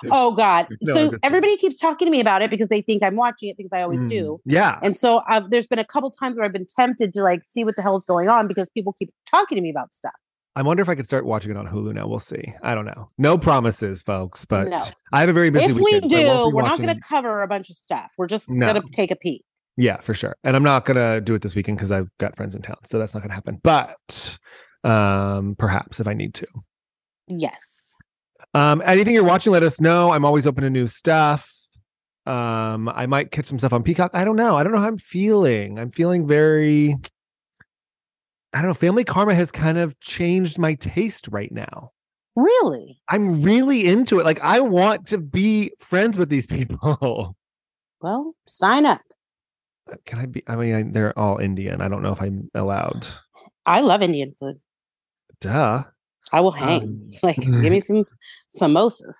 Speaker 2: Oh God.
Speaker 1: No, I'm
Speaker 2: so
Speaker 1: just-
Speaker 2: everybody keeps talking to me about it because they think I'm watching it because I always
Speaker 1: Mm,
Speaker 2: do.
Speaker 1: Yeah.
Speaker 2: And so I've, there's been a couple times where I've been tempted to like see what the hell is going on because people keep talking to me about stuff.
Speaker 1: I wonder if I could start watching it on Hulu now. We'll see. I don't know. No promises, folks, but
Speaker 2: No.
Speaker 1: I have a very busy
Speaker 2: If we
Speaker 1: weekend, so I
Speaker 2: do,
Speaker 1: won't be
Speaker 2: we're not
Speaker 1: watching-
Speaker 2: going to cover a bunch of stuff. We're just
Speaker 1: No.
Speaker 2: going to take a peek.
Speaker 1: Yeah, for sure. And I'm not gonna do it this weekend because I've got friends in town, so that's not gonna happen. But um, perhaps if I need to.
Speaker 2: Yes.
Speaker 1: Um, anything you're watching, let us know. I'm always open to new stuff. Um, I might catch some stuff on Peacock. I don't know. I don't know how I'm feeling. I'm feeling very. I don't know. Family Karma has kind of changed my taste right now.
Speaker 2: Really?
Speaker 1: I'm really into it. Like I want to be friends with these people.
Speaker 2: Well, sign up.
Speaker 1: Can I be? I mean, I, they're all Indian. I don't know if I'm allowed.
Speaker 2: I love Indian food.
Speaker 1: Duh.
Speaker 2: I will hang.
Speaker 1: Um,
Speaker 2: like, give me some samosas.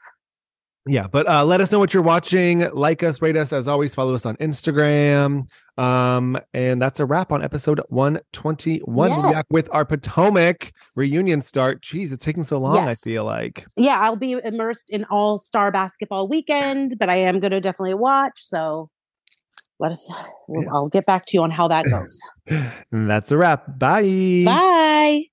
Speaker 1: Yeah, but uh, let us know what you're watching. Like us, rate us. As always, follow us on Instagram. Um, and that's a wrap on episode 121. We'll be
Speaker 2: Yes.
Speaker 1: back with our Potomac reunion start. Jeez, it's taking so long. I
Speaker 2: Yes.
Speaker 1: feel like
Speaker 2: Yeah, I'll be immersed in all star basketball weekend, but I am going to definitely watch. So let us,
Speaker 1: Yeah.
Speaker 2: I'll get back to you on how that goes.
Speaker 1: And that's a wrap. Bye.
Speaker 2: Bye.